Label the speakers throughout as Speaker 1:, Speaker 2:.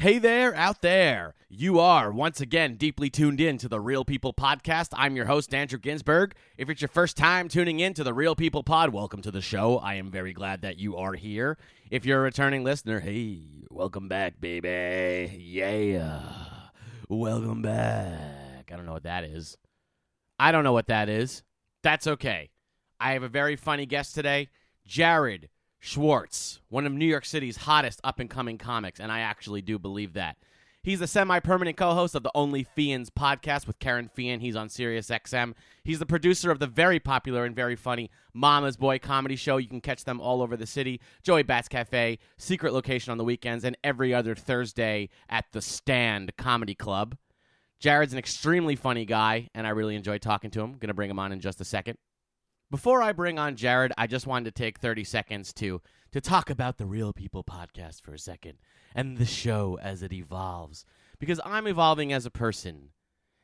Speaker 1: Hey there, out there. You are once again deeply tuned in to the Real People Podcast. I'm your host, Andrew Ginsberg. If it's your first time tuning in to the Real People Pod, welcome to the show. I am very glad that you are here. If you're a returning listener, hey, welcome back, baby. Yeah. Welcome back. I don't know what that is. I don't know what that is. That's okay. I have a very funny guest today, Jared Schwartz, one of New York City's hottest up and coming comics, and I actually do believe that. He's the semi permanent co host of the Only Fians podcast with Karen Fian. He's on Sirius XM. He's the producer of the very popular and very funny Mama's Boy comedy show. You can catch them all over the city. Joey Bats Cafe, Secret Location on the weekends, and every other Thursday at the Stand Comedy Club. Jared's an extremely funny guy, and I really enjoy talking to him. Going to bring him on in just a second. Before I bring on Jared, I just wanted to take 30 seconds to to talk about the Real People podcast for a second and the show as it evolves because I'm evolving as a person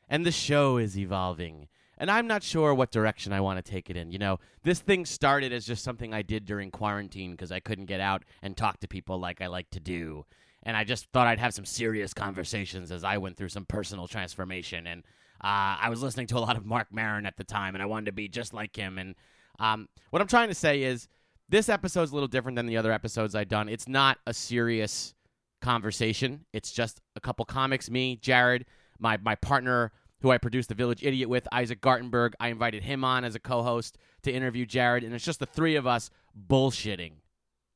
Speaker 1: and the show is evolving and I'm not sure what direction I want to take it in. You know, this thing started as just something I did during quarantine because I couldn't get out and talk to people like I like to do. And I just thought I'd have some serious conversations as I went through some personal transformation and uh, I was listening to a lot of Mark Maron at the time, and I wanted to be just like him. And um, what I'm trying to say is, this episode's a little different than the other episodes I've done. It's not a serious conversation. It's just a couple comics, me, Jared, my my partner who I produced The Village Idiot with, Isaac Gartenberg. I invited him on as a co-host to interview Jared, and it's just the three of us bullshitting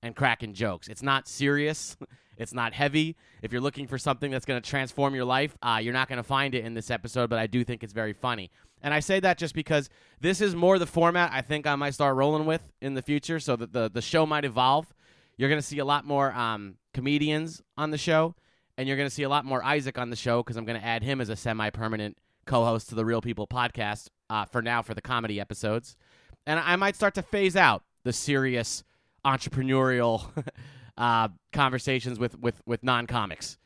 Speaker 1: and cracking jokes. It's not serious. It's not heavy. If you're looking for something that's going to transform your life, uh, you're not going to find it in this episode, but I do think it's very funny. And I say that just because this is more the format I think I might start rolling with in the future, so that the, the show might evolve. You're going to see a lot more um, comedians on the show, and you're going to see a lot more Isaac on the show because I'm going to add him as a semi permanent co host to the Real People podcast uh, for now for the comedy episodes. And I might start to phase out the serious entrepreneurial. uh, conversations with with with non comics.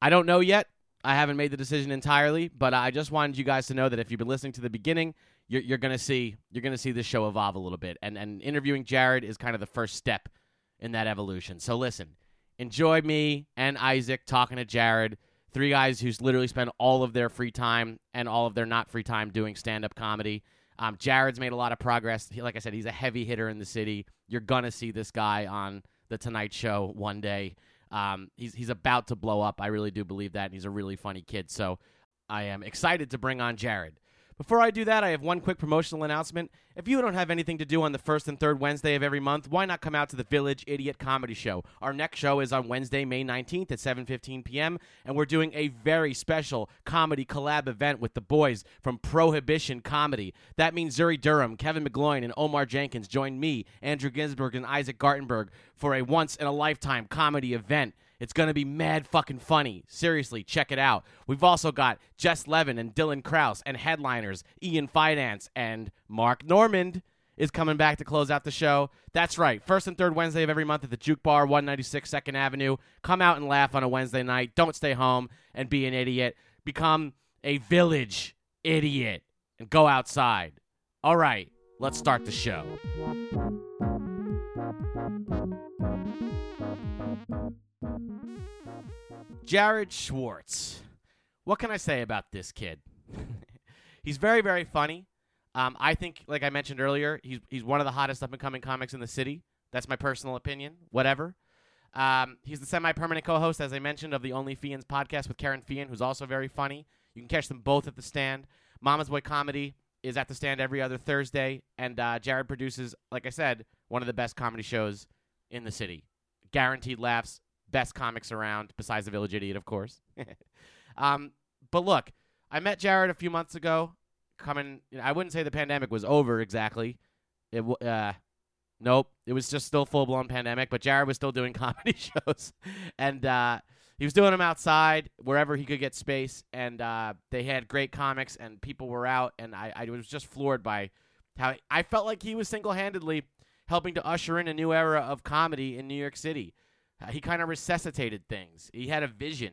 Speaker 1: I don't know yet. I haven't made the decision entirely, but I just wanted you guys to know that if you've been listening to the beginning, you're, you're gonna see you're gonna see this show evolve a little bit, and and interviewing Jared is kind of the first step in that evolution. So listen, enjoy me and Isaac talking to Jared, three guys who's literally spend all of their free time and all of their not free time doing stand up comedy. Um, Jared's made a lot of progress. He, like I said, he's a heavy hitter in the city. You're gonna see this guy on the Tonight Show one day. Um, he's he's about to blow up. I really do believe that. And he's a really funny kid. So I am excited to bring on Jared. Before I do that, I have one quick promotional announcement. If you don't have anything to do on the first and third Wednesday of every month, why not come out to the Village Idiot Comedy Show? Our next show is on Wednesday, May 19th at 7:15 p.m., and we're doing a very special comedy collab event with the boys from Prohibition Comedy. That means Zuri Durham, Kevin McGloin, and Omar Jenkins join me, Andrew Ginsberg, and Isaac Gartenberg for a once-in-a-lifetime comedy event. It's going to be mad fucking funny. Seriously, check it out. We've also got Jess Levin and Dylan Kraus and headliners Ian Finance and Mark Normand is coming back to close out the show. That's right. First and third Wednesday of every month at the Juke Bar, 196 2nd Avenue. Come out and laugh on a Wednesday night. Don't stay home and be an idiot. Become a village idiot and go outside. All right, let's start the show. Jared Schwartz. What can I say about this kid? he's very, very funny. Um, I think, like I mentioned earlier, he's he's one of the hottest up and coming comics in the city. That's my personal opinion. Whatever. Um, he's the semi permanent co host, as I mentioned, of the Only Fians podcast with Karen Fian, who's also very funny. You can catch them both at the stand. Mama's Boy Comedy is at the stand every other Thursday, and uh, Jared produces, like I said, one of the best comedy shows in the city. Guaranteed laughs, best comics around, besides The Village Idiot, of course. um, but look, I met Jared a few months ago. Coming, you know, I wouldn't say the pandemic was over exactly. It, w- uh, nope, it was just still full blown pandemic. But Jared was still doing comedy shows, and uh, he was doing them outside wherever he could get space. And uh, they had great comics, and people were out, and I, I was just floored by how I felt like he was single handedly helping to usher in a new era of comedy in New York City. Uh, he kind of resuscitated things. He had a vision,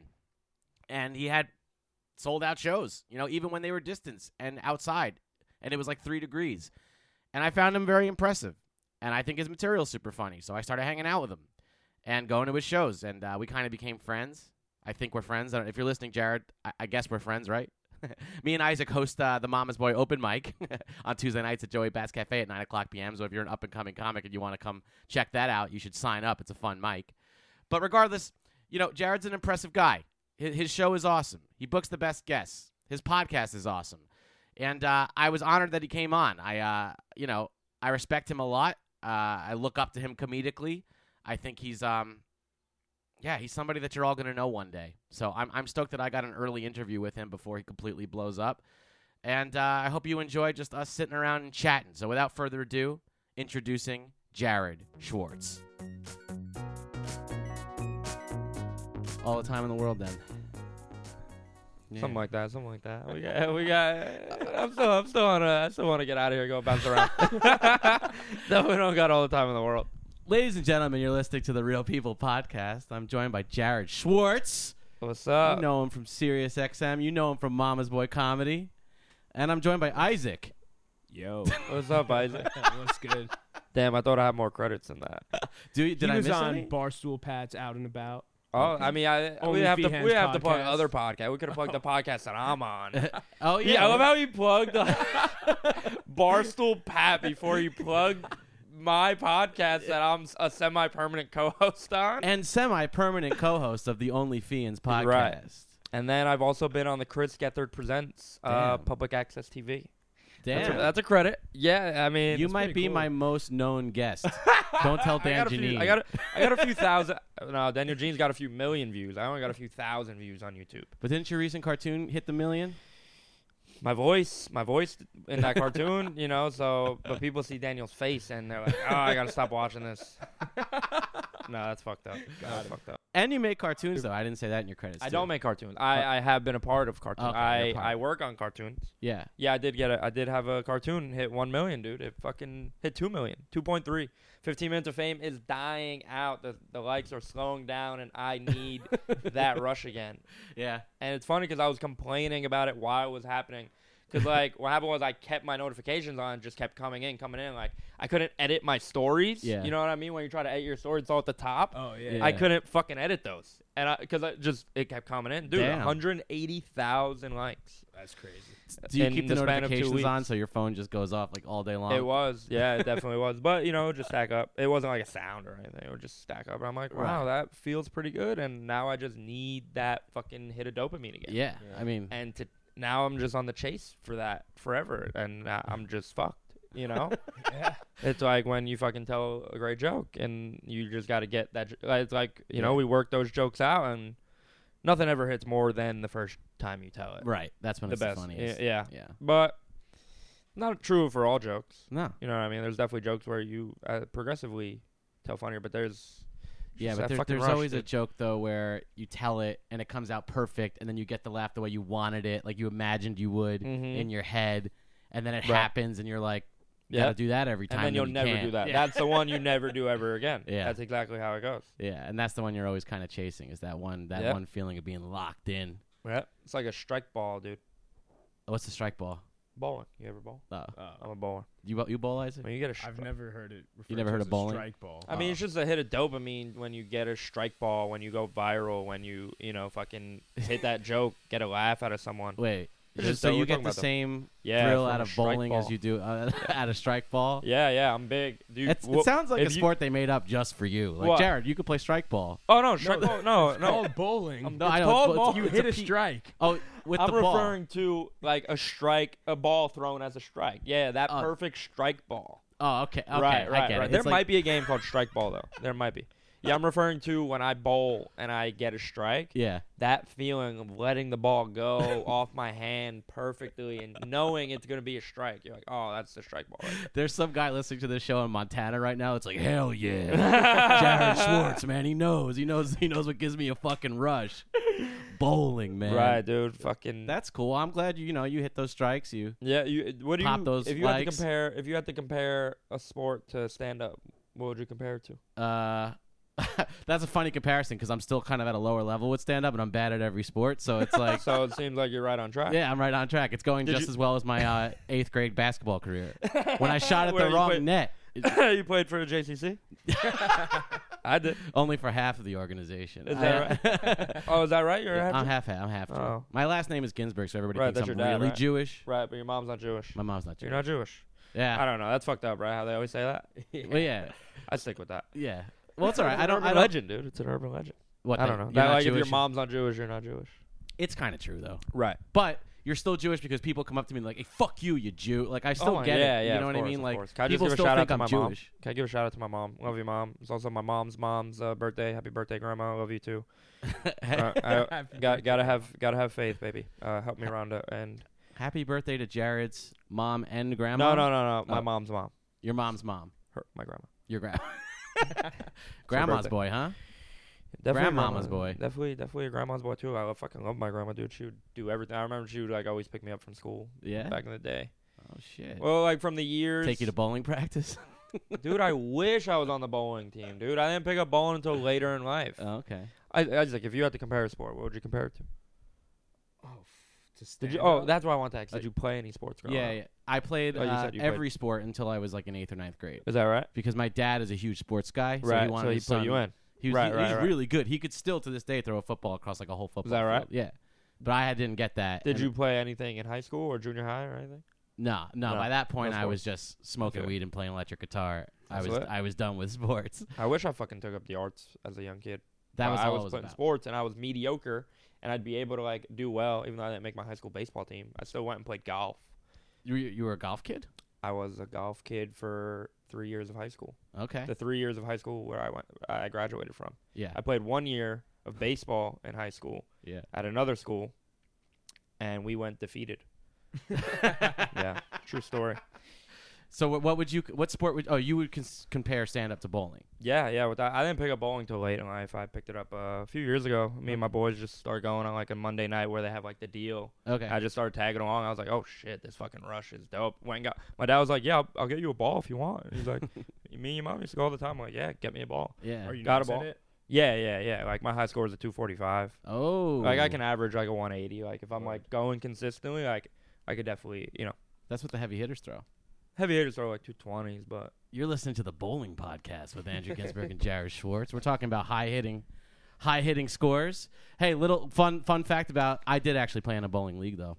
Speaker 1: and he had sold out shows. You know, even when they were distance and outside, and it was like three degrees. And I found him very impressive, and I think his material's super funny. So I started hanging out with him, and going to his shows, and uh, we kind of became friends. I think we're friends. I don't, if you're listening, Jared, I, I guess we're friends, right? Me and Isaac host uh, the Mama's Boy open mic on Tuesday nights at Joey Bass Cafe at 9 o'clock p.m. So if you're an up and coming comic and you want to come check that out, you should sign up. It's a fun mic. But regardless, you know, Jared's an impressive guy. His, his show is awesome. He books the best guests. His podcast is awesome. And uh, I was honored that he came on. I, uh, you know, I respect him a lot. Uh, I look up to him comedically. I think he's, um, yeah, he's somebody that you're all going to know one day. So I'm, I'm stoked that I got an early interview with him before he completely blows up. And uh, I hope you enjoy just us sitting around and chatting. So without further ado, introducing Jared Schwartz. All the time in the world, then. Yeah.
Speaker 2: Something like that. Something like that. We got. We got. I'm still. I'm still on. A, I still want to get out of here. Go bounce around. no, we don't got all the time in the world.
Speaker 1: Ladies and gentlemen, you're listening to the Real People Podcast. I'm joined by Jared Schwartz.
Speaker 2: What's up?
Speaker 1: you know him from Sirius XM. You know him from Mama's Boy Comedy. And I'm joined by Isaac.
Speaker 3: Yo,
Speaker 2: What's up, Isaac?
Speaker 3: what's good?
Speaker 2: Damn, I thought I had more credits than that.
Speaker 1: Do, you- did
Speaker 3: he
Speaker 1: I
Speaker 3: was
Speaker 1: miss
Speaker 3: on
Speaker 1: any?
Speaker 3: Barstool Pats out and about.
Speaker 2: Oh, I mean, I
Speaker 3: Only
Speaker 2: we have
Speaker 3: Fee
Speaker 2: to
Speaker 3: Hands
Speaker 2: we have to plug
Speaker 3: podcast.
Speaker 2: other podcast. We could have plugged the podcast that I'm on.
Speaker 1: oh
Speaker 2: yeah, I love how you plugged the Barstool Pat before you plugged my podcast that I'm s- a semi-permanent co-host on.
Speaker 1: and semi-permanent co-host of the Only Fiends podcast.
Speaker 2: Right. And then I've also been on the Chris Gethard Presents uh,
Speaker 1: Damn.
Speaker 2: public access TV. That's, a,
Speaker 1: Damn,
Speaker 2: that's a credit. Yeah, I mean,
Speaker 1: you
Speaker 2: it's
Speaker 1: might
Speaker 2: pretty
Speaker 1: be
Speaker 2: cool.
Speaker 1: my most known guest. Don't tell
Speaker 2: I
Speaker 1: Dan
Speaker 2: got, a few,
Speaker 1: Janine.
Speaker 2: I, got a, I got a few thousand. No, Daniel Jean's got a few million views. I only got a few thousand views on YouTube.
Speaker 1: but didn't your recent cartoon hit the million?
Speaker 2: My voice, my voice in that cartoon, you know. So, but people see Daniel's face and they're like, "Oh, I gotta stop watching this." no, that's fucked up. That's fucked up.
Speaker 1: And you make cartoons though. I didn't say that in your credits.
Speaker 2: I
Speaker 1: too.
Speaker 2: don't make cartoons. I, I have been a part of cartoons.
Speaker 1: Okay,
Speaker 2: I,
Speaker 1: you're a part.
Speaker 2: I work on cartoons.
Speaker 1: Yeah.
Speaker 2: Yeah, I did get a I did have a cartoon hit 1 million, dude. It fucking hit 2 million, 2.3. 15 minutes of fame is dying out. The the likes are slowing down and I need that rush again.
Speaker 1: Yeah.
Speaker 2: And it's funny cuz I was complaining about it while it was happening. Cuz like what happened was I kept my notifications on, just kept coming in, coming in like I couldn't edit my stories.
Speaker 1: Yeah.
Speaker 2: You know what I mean? When you try to edit your story, it's all at the top.
Speaker 3: Oh
Speaker 1: Yeah.
Speaker 2: I couldn't fucking edit those. And I cuz I just it kept coming in. Dude,
Speaker 1: Damn.
Speaker 2: 180,000 likes.
Speaker 3: that's crazy.
Speaker 1: Do you
Speaker 2: In
Speaker 1: keep the,
Speaker 2: the span of two
Speaker 1: notifications
Speaker 2: weeks.
Speaker 1: on so your phone just goes off like all day long?
Speaker 2: It was, yeah, it definitely was. But you know, it would just stack up. It wasn't like a sound or anything. It would just stack up. And I'm like, wow, that feels pretty good. And now I just need that fucking hit of dopamine again.
Speaker 1: yeah. I mean,
Speaker 2: And to now I'm just on the chase for that forever, and I- I'm just fucked. You know,
Speaker 3: Yeah.
Speaker 2: it's like when you fucking tell a great joke, and you just got to get that. j- like, It's like you know,
Speaker 1: Yeah.
Speaker 2: we work those jokes out, and nothing ever hits more than the first time you tell it.
Speaker 1: right. That's when
Speaker 2: The
Speaker 1: it's the
Speaker 2: best.
Speaker 1: funniest.
Speaker 2: Yeah, yeah.
Speaker 1: yeah.
Speaker 2: But not true for all jokes.
Speaker 1: No.
Speaker 2: You know what I mean? There's definitely jokes where you uh, progressively tell funnier, but there's
Speaker 1: Yeah,
Speaker 2: just
Speaker 1: but
Speaker 2: that
Speaker 1: there,
Speaker 2: fucking
Speaker 1: there's
Speaker 2: rush,
Speaker 1: always a
Speaker 2: dude.
Speaker 1: joke though where you tell it and it comes out perfect, and then you get the laugh the way you wanted it, like you imagined you would
Speaker 2: Mhm.
Speaker 1: in your head, and then it
Speaker 2: Right.
Speaker 1: happens, and you're like,
Speaker 2: Yeah.
Speaker 1: gotta do that every time.
Speaker 2: and then you'll
Speaker 1: you
Speaker 2: never
Speaker 1: can't.
Speaker 2: do that.
Speaker 1: Yeah.
Speaker 2: That's the one you never do ever again.
Speaker 1: Yeah.
Speaker 2: that's exactly how it goes.
Speaker 1: yeah, and that's the one you're always kind of chasing is that one that
Speaker 2: Yeah.
Speaker 1: one feeling of being locked in.
Speaker 2: Yeah, it's like a strike ball, dude.
Speaker 1: Oh, What's the strike ball?
Speaker 2: Bowling, you ever bowl?
Speaker 1: Oh,
Speaker 2: I'm a bowler.
Speaker 1: you you bowl Isaac?
Speaker 2: When you get a
Speaker 3: Uh, I've
Speaker 2: strike,
Speaker 3: never heard it. referred
Speaker 1: never
Speaker 3: to
Speaker 1: heard
Speaker 3: as
Speaker 1: of
Speaker 3: a
Speaker 1: bowling?
Speaker 3: Strike ball.
Speaker 2: I mean, it's just a hit of dopamine when you get a strike ball, when you go viral, when you you know fucking hit that joke, get a laugh out of someone.
Speaker 1: Wait,
Speaker 2: It's just
Speaker 1: so
Speaker 2: that
Speaker 1: you
Speaker 2: we're
Speaker 1: get
Speaker 2: talking
Speaker 1: the
Speaker 2: about the-
Speaker 1: same
Speaker 2: Yeah,
Speaker 1: thrill
Speaker 2: from
Speaker 1: out
Speaker 2: a
Speaker 1: of
Speaker 2: strike
Speaker 1: bowling as
Speaker 2: ball.
Speaker 1: you do uh, out of strike ball?
Speaker 2: Yeah, yeah, I'm big, dude.
Speaker 1: It's,
Speaker 2: Wha-
Speaker 1: it sounds like a
Speaker 2: if you-
Speaker 1: sport they made up just for you. Like
Speaker 2: What?
Speaker 1: Jared, you could play strike ball.
Speaker 2: oh no, strike ball, no, no.
Speaker 3: called bowling.
Speaker 1: No, I
Speaker 2: It's
Speaker 1: know.
Speaker 2: called
Speaker 1: it's-
Speaker 2: ball-
Speaker 1: it's-
Speaker 3: you
Speaker 1: it's
Speaker 3: hit a,
Speaker 1: pe-
Speaker 3: strike.
Speaker 1: Oh, with
Speaker 2: I'm
Speaker 1: the ball.
Speaker 2: referring to like a strike, a ball thrown as a strike. Yeah, that
Speaker 1: Oh.
Speaker 2: perfect strike ball.
Speaker 1: Oh, okay. okay
Speaker 2: right, right,
Speaker 1: I get
Speaker 2: right.
Speaker 1: It.
Speaker 2: There
Speaker 1: It's
Speaker 2: might
Speaker 1: like,
Speaker 2: be a game called strike ball though. There might be. Yeah, I'm referring to when I bowl and I get a strike.
Speaker 1: yeah.
Speaker 2: That feeling of letting the ball go off my hand perfectly and knowing it's gonna be a strike. You're like, oh, that's the strike ball. Right
Speaker 1: There's some guy listening to this show in Montana right now. It's like hell yeah,
Speaker 2: there.
Speaker 1: Jared Schwartz, man. He knows. He knows. He knows what gives me a fucking rush. Bowling, man.
Speaker 2: right, dude. Fucking.
Speaker 1: That's cool. I'm glad you you know you hit those strikes. You
Speaker 2: yeah. You. What do
Speaker 1: Pop
Speaker 2: you?
Speaker 1: those
Speaker 2: if you had to
Speaker 1: likes.
Speaker 2: compare, if you had to compare a sport to stand up, what would you compare it to?
Speaker 1: uh. That's a funny comparison because I'm still kind of at a lower level with stand up and I'm bad at every sport. So it's like,
Speaker 2: So it seems like you're right on track.
Speaker 1: yeah, I'm right on track. It's going
Speaker 2: Did
Speaker 1: just
Speaker 2: you-
Speaker 1: as well as my uh, eighth grade basketball career. When I shot at
Speaker 2: Where
Speaker 1: the
Speaker 2: you
Speaker 1: wrong
Speaker 2: played-
Speaker 1: net,
Speaker 2: you played for the JCC? I did.
Speaker 1: Only for half of the organization.
Speaker 2: Is that
Speaker 1: right?
Speaker 2: Oh, is that right? You're half
Speaker 1: I'm
Speaker 2: Jew-
Speaker 1: half half. I'm half. Jew.
Speaker 2: Oh.
Speaker 1: My last name is Ginsburg, so everybody
Speaker 2: Right,
Speaker 1: thinks
Speaker 2: that's
Speaker 1: I'm
Speaker 2: your dad,
Speaker 1: really
Speaker 2: right?
Speaker 1: Jewish.
Speaker 2: right, but your mom's not Jewish.
Speaker 1: My mom's not Jewish.
Speaker 2: You're not Jewish.
Speaker 1: yeah.
Speaker 2: I don't know. That's fucked up, right? How they always say that.
Speaker 1: well, yeah,
Speaker 2: I stick with that.
Speaker 1: yeah. Well, it's all right.
Speaker 2: It's
Speaker 1: I
Speaker 2: an
Speaker 1: don't.
Speaker 2: Urban
Speaker 1: I don't.
Speaker 2: legend, dude. It's an urban legend.
Speaker 1: What?
Speaker 2: I
Speaker 1: that-
Speaker 2: don't know.
Speaker 1: you're
Speaker 2: That,
Speaker 1: not
Speaker 2: like if
Speaker 1: Jewish?
Speaker 2: your mom's not Jewish, you're not Jewish.
Speaker 1: It's kind of true though.
Speaker 2: Right.
Speaker 1: But you're still Jewish because people come up to me like, "Hey, fuck you, you Jew." Like I still
Speaker 2: Oh my-
Speaker 1: get
Speaker 2: yeah,
Speaker 1: it.
Speaker 2: yeah,
Speaker 1: you know what
Speaker 2: of
Speaker 1: I
Speaker 2: course,
Speaker 1: mean?
Speaker 2: of
Speaker 1: Like
Speaker 2: course. Can I just
Speaker 1: people
Speaker 2: give a
Speaker 1: still
Speaker 2: shout out
Speaker 1: think
Speaker 2: to
Speaker 1: I'm
Speaker 2: my mom?
Speaker 1: Jewish.
Speaker 2: Can I give a shout out to my mom? Love you, mom. It's also my mom's mom's uh, birthday. Happy birthday, grandma. Love you too. Uh, I-
Speaker 3: Happy
Speaker 2: got gotta have gotta have faith, baby. Uh, help me, Rhonda. And
Speaker 1: Happy birthday to Jared's mom and grandma.
Speaker 2: no, no, no, no. My
Speaker 1: Oh.
Speaker 2: mom's mom.
Speaker 1: Your mom's mom.
Speaker 2: Her, my grandma.
Speaker 1: Your grandma. Grandma's
Speaker 2: birthday.
Speaker 1: boy, huh?
Speaker 2: Definitely a
Speaker 1: Grandmama's
Speaker 2: grandma.
Speaker 1: boy.
Speaker 2: Definitely, definitely a grandma's boy too. I love, fucking love my grandma, dude. She would do everything. I remember she would like always pick me up from school
Speaker 1: Yeah.
Speaker 2: back in the day.
Speaker 1: Oh shit.
Speaker 2: Well, like from the years.
Speaker 1: Take you to bowling practice.
Speaker 2: dude. I wish I was on the bowling team, dude. I didn't pick up bowling until later in life.
Speaker 1: Oh, okay.
Speaker 2: I, I was like, if you had to compare a sport, what would you compare it to?
Speaker 3: Oh, f- to
Speaker 2: Did
Speaker 3: stand
Speaker 2: you? Oh,
Speaker 3: up?
Speaker 2: that's why I want to ask.
Speaker 1: Uh,
Speaker 2: Did you play any sports growing
Speaker 1: Yeah,
Speaker 2: up?
Speaker 1: yeah. I played
Speaker 2: Oh, you
Speaker 1: uh,
Speaker 2: said you played.
Speaker 1: every sport until I was like in eighth or ninth grade
Speaker 2: Is that right?
Speaker 1: because my dad is a huge sports guy. So
Speaker 2: right.
Speaker 1: he wanted
Speaker 2: so he
Speaker 1: his
Speaker 2: put
Speaker 1: son-
Speaker 2: you in.
Speaker 1: He was,
Speaker 2: Right,
Speaker 1: he,
Speaker 2: right,
Speaker 1: was
Speaker 2: right.
Speaker 1: really good. He could still to this day throw a football across like a whole football.
Speaker 2: that right?
Speaker 1: field. Yeah. But I didn't get that.
Speaker 2: Did
Speaker 1: and-
Speaker 2: you play anything in high school or junior high or anything?
Speaker 1: No, no.
Speaker 2: No,
Speaker 1: by that point,
Speaker 2: no
Speaker 1: I was just smoking
Speaker 2: Okay.
Speaker 1: weed and playing electric guitar. I
Speaker 2: That's
Speaker 1: was
Speaker 2: lit.
Speaker 1: I was done with sports.
Speaker 2: I wish I fucking took up the arts as a young kid.
Speaker 1: That
Speaker 2: Uh,
Speaker 1: was
Speaker 2: I
Speaker 1: all
Speaker 2: was
Speaker 1: it was
Speaker 2: putting
Speaker 1: about.
Speaker 2: sports and I was mediocre and I'd be able to like do well even though I didn't make my high school baseball team. I still went and played golf.
Speaker 1: You, were- you were a golf kid.
Speaker 2: I was a golf kid for three years of high school.
Speaker 1: Okay.
Speaker 2: The three years of high school where I went, I graduated from.
Speaker 1: yeah.
Speaker 2: I played one year of baseball in high school
Speaker 1: Yeah.
Speaker 2: at another school, and we went defeated. yeah, true story.
Speaker 1: So what, what would you? What sport would? Oh, you would cons- compare stand up to bowling.
Speaker 2: Yeah, yeah. With that, I didn't pick up bowling till late in life. I picked it up uh, a few years ago. Me and my boys just started going on like a Monday night where they have like the deal.
Speaker 1: Okay.
Speaker 2: I just started tagging along. I was like, "Oh shit, this fucking rush is dope." Went and got my dad was like, "Yeah, I'll, I'll get you a ball if you want." He's like, "Me and your mom used to go all the time." I'm like, "Yeah, get me a ball."
Speaker 1: yeah.
Speaker 3: Are you
Speaker 2: Got a
Speaker 3: nervous at
Speaker 2: ball.
Speaker 3: it?
Speaker 2: Yeah, yeah, yeah. Like my high score is a 245.
Speaker 1: oh.
Speaker 2: Like I can average like a 180. Like if I'm
Speaker 3: Word.
Speaker 2: like going consistently, like I could definitely, you know,
Speaker 1: That's what the heavy hitters throw.
Speaker 2: heavy hitters are like 220s, but
Speaker 1: You're listening to the Bowling Podcast with Andrew Ginsberg and Jared Schwartz. We're talking about high hitting, high hitting scores. Hey, little fun fun fact about I did actually play in a bowling league though.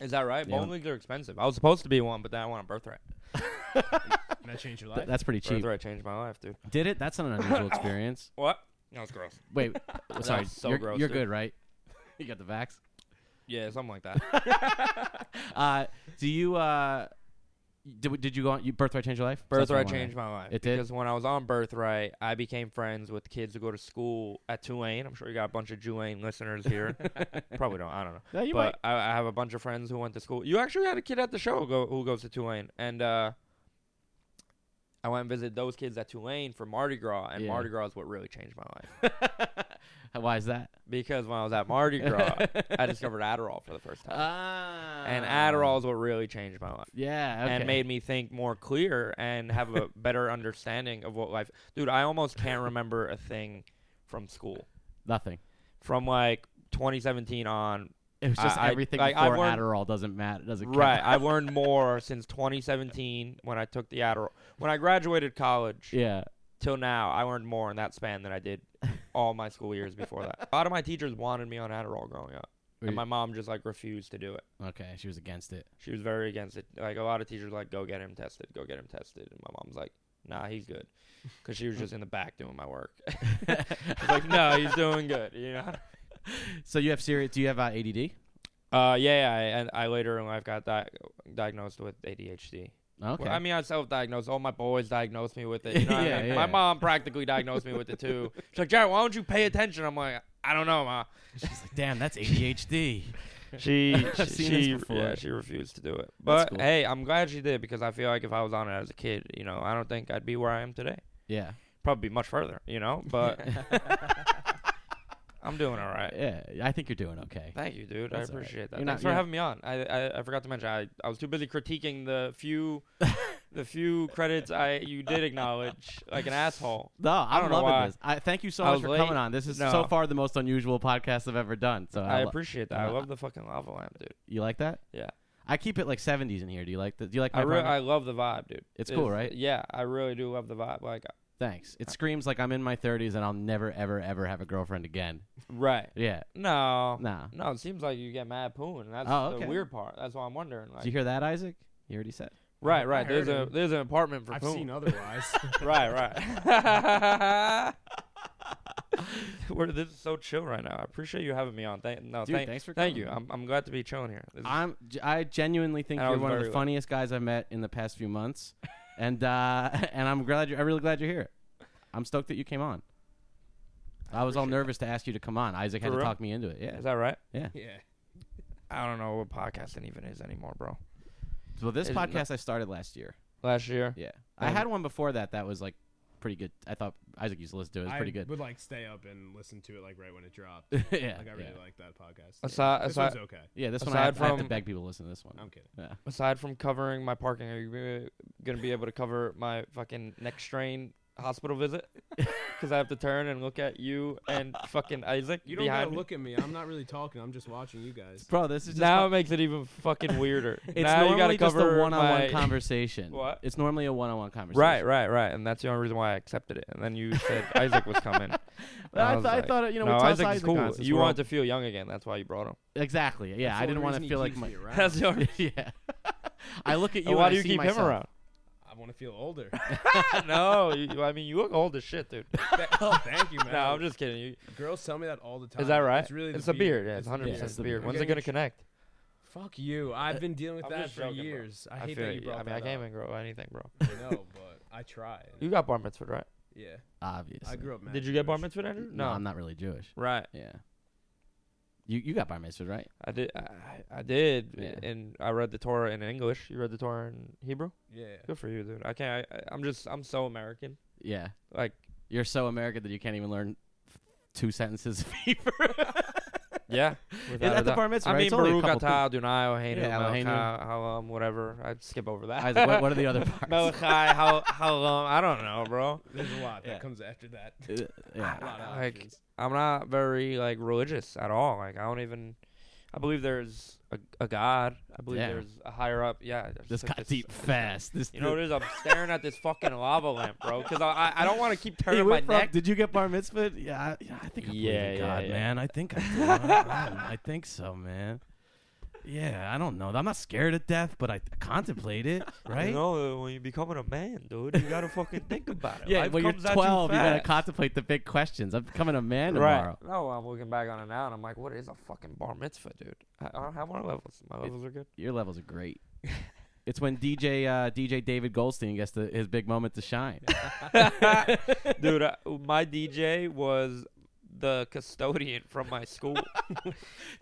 Speaker 2: is that right?
Speaker 1: Yeah.
Speaker 2: Bowling leagues are expensive. I was supposed to be one, but then I won a birthright.
Speaker 3: And that changed your
Speaker 1: Th-
Speaker 3: life.
Speaker 1: that's pretty cheap.
Speaker 2: Birthright changed my life, dude.
Speaker 1: Did it? That's not an unusual experience.
Speaker 2: What? That was gross.
Speaker 1: Wait, sorry.
Speaker 2: was so
Speaker 1: you're
Speaker 2: gross,
Speaker 1: you're
Speaker 2: dude.
Speaker 1: good, right? You got the vax.
Speaker 2: Yeah, something like that.
Speaker 1: Uh, do you? Uh, did, did you go on? You birthright change your life? That's what I
Speaker 2: Birthright
Speaker 1: wanna-
Speaker 2: changed my life.
Speaker 1: It did?
Speaker 2: Because when I was on Birthright, I became friends with kids who go to school at Tulane. I'm sure you got a bunch of Tulane listeners here. Probably don't. I don't know.
Speaker 1: Yeah, you
Speaker 2: but I, I have a bunch of friends who went to school. You actually had a kid at the show go, who goes to Tulane, and uh, I went and visited those kids at Tulane for Mardi Gras, and
Speaker 1: Yeah.
Speaker 2: Mardi Gras is what really changed my life.
Speaker 1: might. Why is that?
Speaker 2: Because when I was at Mardi Gras, I discovered Adderall for the first time,
Speaker 1: Ah.
Speaker 2: and Adderall is what really changed my life.
Speaker 1: Yeah. Okay.
Speaker 2: and made me think more clear and have a better understanding of what life. Dude, I almost can't remember a thing from school.
Speaker 1: nothing.
Speaker 2: From like 2017 on,
Speaker 1: It was just
Speaker 2: I- I-
Speaker 1: everything
Speaker 2: like, I've
Speaker 1: before
Speaker 2: learned-
Speaker 1: Adderall doesn't matter. Doesn't count.
Speaker 2: right? I've learned more since 2017 when I took the Adderall. When I graduated college
Speaker 1: Yeah.
Speaker 2: till now, I learned more in that span than I did all my school years before that. A lot of my teachers wanted me on Adderall growing up,
Speaker 1: Were
Speaker 2: and
Speaker 1: you-
Speaker 2: my mom just like refused to do it.
Speaker 1: Okay. She was against it.
Speaker 2: She was very against it. Like a lot of teachers, were like go get him tested, go get him tested, and my mom's like, nah, he's good, because she was just in the back doing my work. She's like, no, he's doing good. You know.
Speaker 1: So you have serious? Do you have uh, ADD?
Speaker 2: Uh, yeah, I, and I later in life got di- diagnosed with ADHD.
Speaker 1: Okay.
Speaker 2: Well, I mean, I self-diagnosed. All my boys diagnosed me with it. You know what I
Speaker 1: Yeah,
Speaker 2: mean?
Speaker 1: yeah.
Speaker 2: My mom practically diagnosed me with it too. She's like, Jared, why don't you pay attention? I'm like, I don't know, ma.
Speaker 1: She's like, damn, that's ADHD.
Speaker 2: She
Speaker 1: I've
Speaker 2: she
Speaker 1: seen this
Speaker 2: she-
Speaker 1: before.
Speaker 2: yeah, she refused to do it.
Speaker 1: That's
Speaker 2: But
Speaker 1: cool.
Speaker 2: hey, I'm glad she did because I feel like if I was on it as a kid, you know, I don't think I'd be where I am today.
Speaker 1: yeah.
Speaker 2: Probably be much further, you know. But I'm doing all right.
Speaker 1: Yeah. I think you're doing okay.
Speaker 2: Thank you, dude.
Speaker 1: That's
Speaker 2: I
Speaker 1: all right.
Speaker 2: appreciate that.
Speaker 1: You're not-
Speaker 2: Thanks for
Speaker 1: you're-
Speaker 2: having me on. I, I I forgot to mention I, I was too busy critiquing the few the few credits I you did acknowledge like an asshole.
Speaker 1: No, I'm
Speaker 2: I don't know
Speaker 1: loving
Speaker 2: why.
Speaker 1: this. I thank you so
Speaker 2: I
Speaker 1: much
Speaker 2: was
Speaker 1: for
Speaker 2: late.
Speaker 1: coming on. This is
Speaker 2: No.
Speaker 1: so far the most unusual podcast I've ever done. So
Speaker 2: I
Speaker 1: I lo-
Speaker 2: appreciate that. I
Speaker 1: uh,
Speaker 2: love the fucking lava lamp, dude.
Speaker 1: you like that?
Speaker 2: Yeah.
Speaker 1: I keep it like 70s in here. Do you like that? Do you like my
Speaker 2: I re-
Speaker 1: apartment?
Speaker 2: I love the vibe, dude.
Speaker 1: It's cool, right?
Speaker 2: Yeah, I really do love the vibe. Like
Speaker 1: Thanks. It screams like I'm in my 30s and I'll never, ever, ever have a girlfriend again.
Speaker 2: Right.
Speaker 1: Yeah.
Speaker 2: No.
Speaker 1: Nah.
Speaker 2: No, it seems like you get mad poon. That's
Speaker 1: Oh,
Speaker 2: the
Speaker 1: okay.
Speaker 2: weird part. That's why I'm wondering. Like,
Speaker 1: Did you hear that, Isaac? You already said.
Speaker 2: right, right.
Speaker 3: I
Speaker 2: There's a
Speaker 3: heard him.
Speaker 2: there's an apartment for
Speaker 3: I've
Speaker 2: poon.
Speaker 3: seen otherwise.
Speaker 2: right, right. We're, this is so chill right now. I appreciate you having me on. Thank, no,
Speaker 1: Dude,
Speaker 2: thank,
Speaker 1: thanks for
Speaker 2: thank
Speaker 1: coming,
Speaker 2: you.
Speaker 1: man.
Speaker 2: I'm, I'm glad to be chilling here. This is-
Speaker 1: I'm. g- I genuinely think
Speaker 2: And I
Speaker 1: you're
Speaker 2: was
Speaker 1: one of
Speaker 2: very
Speaker 1: the
Speaker 2: low.
Speaker 1: funniest guys I've met in the past few months, and uh, and I'm glad. You're, I'm really glad you're here. I'm stoked that you came on. I, was all
Speaker 2: appreciate that.
Speaker 1: nervous to ask you to come on. Isaac had
Speaker 2: For
Speaker 1: to
Speaker 2: real?
Speaker 1: talk me into it. Yeah.
Speaker 2: is that right?
Speaker 3: yeah.
Speaker 2: I don't know what podcasting even is anymore, bro.
Speaker 1: Well, this
Speaker 2: Is it not-
Speaker 1: podcast I started last year.
Speaker 2: Last year,
Speaker 1: Yeah. I
Speaker 2: Um,
Speaker 1: had one before that. That was like pretty good. I thought Isaac used to listen to it. It was pretty
Speaker 3: I
Speaker 1: good.
Speaker 3: would like stay up and listen to it like right when it dropped.
Speaker 1: yeah.
Speaker 3: Like I really
Speaker 1: yeah.
Speaker 3: like that podcast.
Speaker 2: Aside-
Speaker 3: this
Speaker 2: aside-
Speaker 3: one's okay.
Speaker 1: Yeah, This one I have,
Speaker 2: Aside
Speaker 1: I have to
Speaker 2: from-
Speaker 1: beg people to listen to this one.
Speaker 3: I'm kidding.
Speaker 1: Yeah.
Speaker 2: aside from covering my parking, are you going to be able to cover my fucking next train hospital visit? Because I have to turn and look at you and fucking Isaac
Speaker 3: You don't
Speaker 2: behind
Speaker 3: gotta
Speaker 2: me.
Speaker 3: look at me. I'm not really talking. I'm just watching you guys.
Speaker 1: Bro, this is just
Speaker 2: now
Speaker 1: fun-
Speaker 2: it makes it even fucking weirder.
Speaker 1: It's
Speaker 2: now you got
Speaker 1: normally
Speaker 2: to
Speaker 1: just
Speaker 2: cover
Speaker 1: a one-on-one
Speaker 2: my-
Speaker 1: conversation.
Speaker 2: What?
Speaker 1: It's normally a one-on-one conversation.
Speaker 2: Right, right, right. And that's the only reason why I accepted it. And then you said Isaac was coming.
Speaker 1: But I,
Speaker 2: I was
Speaker 1: th- I
Speaker 2: like,
Speaker 1: thought you know
Speaker 2: no,
Speaker 1: we tossed
Speaker 2: Isaac is cool.
Speaker 1: on, since
Speaker 2: you
Speaker 1: we're all-
Speaker 2: wanted to feel young again. That's why you brought him.
Speaker 1: Exactly. Yeah,
Speaker 3: That's the
Speaker 1: I didn't
Speaker 3: only
Speaker 1: want
Speaker 3: reason
Speaker 1: to
Speaker 3: he
Speaker 1: feel like
Speaker 3: keeps
Speaker 1: my.
Speaker 3: me around.
Speaker 2: That's the only
Speaker 1: yeah. I look at you.
Speaker 2: And Oh, why
Speaker 1: and I
Speaker 2: do you
Speaker 1: see
Speaker 2: keep
Speaker 1: myself.
Speaker 2: him around?
Speaker 3: I want to feel older.
Speaker 2: no, you, I mean you look old as shit, dude.
Speaker 3: Th- oh, Thank you, man.
Speaker 2: No, I'm just kidding. You,
Speaker 3: Girls tell me that all the time.
Speaker 2: is that right?
Speaker 3: It's really the
Speaker 2: a beard. Yeah, it's
Speaker 3: the
Speaker 2: 100
Speaker 1: yeah,
Speaker 2: percent
Speaker 1: it's the
Speaker 2: beard.
Speaker 1: beard.
Speaker 2: When's
Speaker 3: Okay,
Speaker 2: it gonna
Speaker 3: you sh-
Speaker 2: connect?
Speaker 3: Fuck you. I've been dealing with
Speaker 2: I'm
Speaker 3: that
Speaker 2: just
Speaker 3: for
Speaker 2: joking, bro.
Speaker 3: years. I hate
Speaker 2: feel
Speaker 3: that
Speaker 2: you.
Speaker 3: you brought
Speaker 2: I mean, I
Speaker 3: that
Speaker 2: can't
Speaker 3: up.
Speaker 2: even grow anything, bro.
Speaker 3: I know, but I try.
Speaker 2: You got bar mitzvah, right?
Speaker 3: yeah,
Speaker 1: Obviously.
Speaker 3: I grew up. Mad
Speaker 2: Did you get bar
Speaker 3: Jewish.
Speaker 2: mitzvah, Andrew?
Speaker 1: No, I'm not really Jewish.
Speaker 2: Right.
Speaker 1: Yeah. You you got bar mitzvah right?
Speaker 2: I did. I, I did.
Speaker 1: Yeah.
Speaker 2: And I read the Torah in English. You read the Torah in Hebrew.
Speaker 3: Yeah.
Speaker 2: Good for you, dude. I can't. I, I'm just. I'm so American.
Speaker 1: Yeah.
Speaker 2: Like,
Speaker 1: You're so American that you can't even learn two sentences of Hebrew.
Speaker 2: yeah. without
Speaker 1: at
Speaker 2: a
Speaker 1: the
Speaker 2: doubt.
Speaker 1: bar mitzvah,
Speaker 2: I
Speaker 1: right?
Speaker 2: mean,
Speaker 1: It's only a
Speaker 2: Baruch
Speaker 1: couple
Speaker 2: atah Adonai Oheinu
Speaker 1: Yeah,
Speaker 2: Melech
Speaker 1: Eloheinu.
Speaker 2: Ha- Haolam, whatever. I skip over that.
Speaker 1: Isaac, what, what are the other parts?
Speaker 2: Melech Hai, Hal- Haolam, I don't know, bro.
Speaker 3: There's a lot that
Speaker 1: Yeah.
Speaker 3: comes after that.
Speaker 1: Uh, yeah.
Speaker 3: A lot of
Speaker 2: Like-
Speaker 3: options.
Speaker 2: I'm not very like religious at all. Like I don't even. I believe there's a, a God. I believe
Speaker 1: Damn.
Speaker 2: there's a higher up. Yeah. there's
Speaker 1: This
Speaker 2: like
Speaker 1: got deep fast. This
Speaker 2: You know what it is? I'm staring at this fucking lava lamp, bro, because I, I I don't want to keep
Speaker 1: Hey,
Speaker 2: turning
Speaker 1: we're
Speaker 2: my
Speaker 1: from-
Speaker 2: neck.
Speaker 1: Did you get bar mitzvah? Yeah, I, yeah, I think I believe
Speaker 2: Yeah,
Speaker 1: in
Speaker 2: yeah,
Speaker 1: God,
Speaker 2: yeah.
Speaker 1: man. I think I do. I, I- I think so, man. Yeah, I don't know. I'm not scared of death, but I contemplate it, right?
Speaker 2: You know, uh, when you're becoming a man, dude, you gotta fucking think about it.
Speaker 1: Yeah,
Speaker 2: Life
Speaker 1: when you're
Speaker 2: comes at
Speaker 1: 12, you gotta
Speaker 2: fast.
Speaker 1: contemplate the big questions. I'm becoming a man
Speaker 2: Right.
Speaker 1: tomorrow.
Speaker 2: No, I'm looking back on it now, and I'm like, what is a fucking bar mitzvah, dude? I, I don't have more levels. My levels are good.
Speaker 1: Your levels are great. It's when DJ uh, DJ David Goldstein gets the, his big moment to shine.
Speaker 2: dude, I, my DJ was the custodian from my school. I don't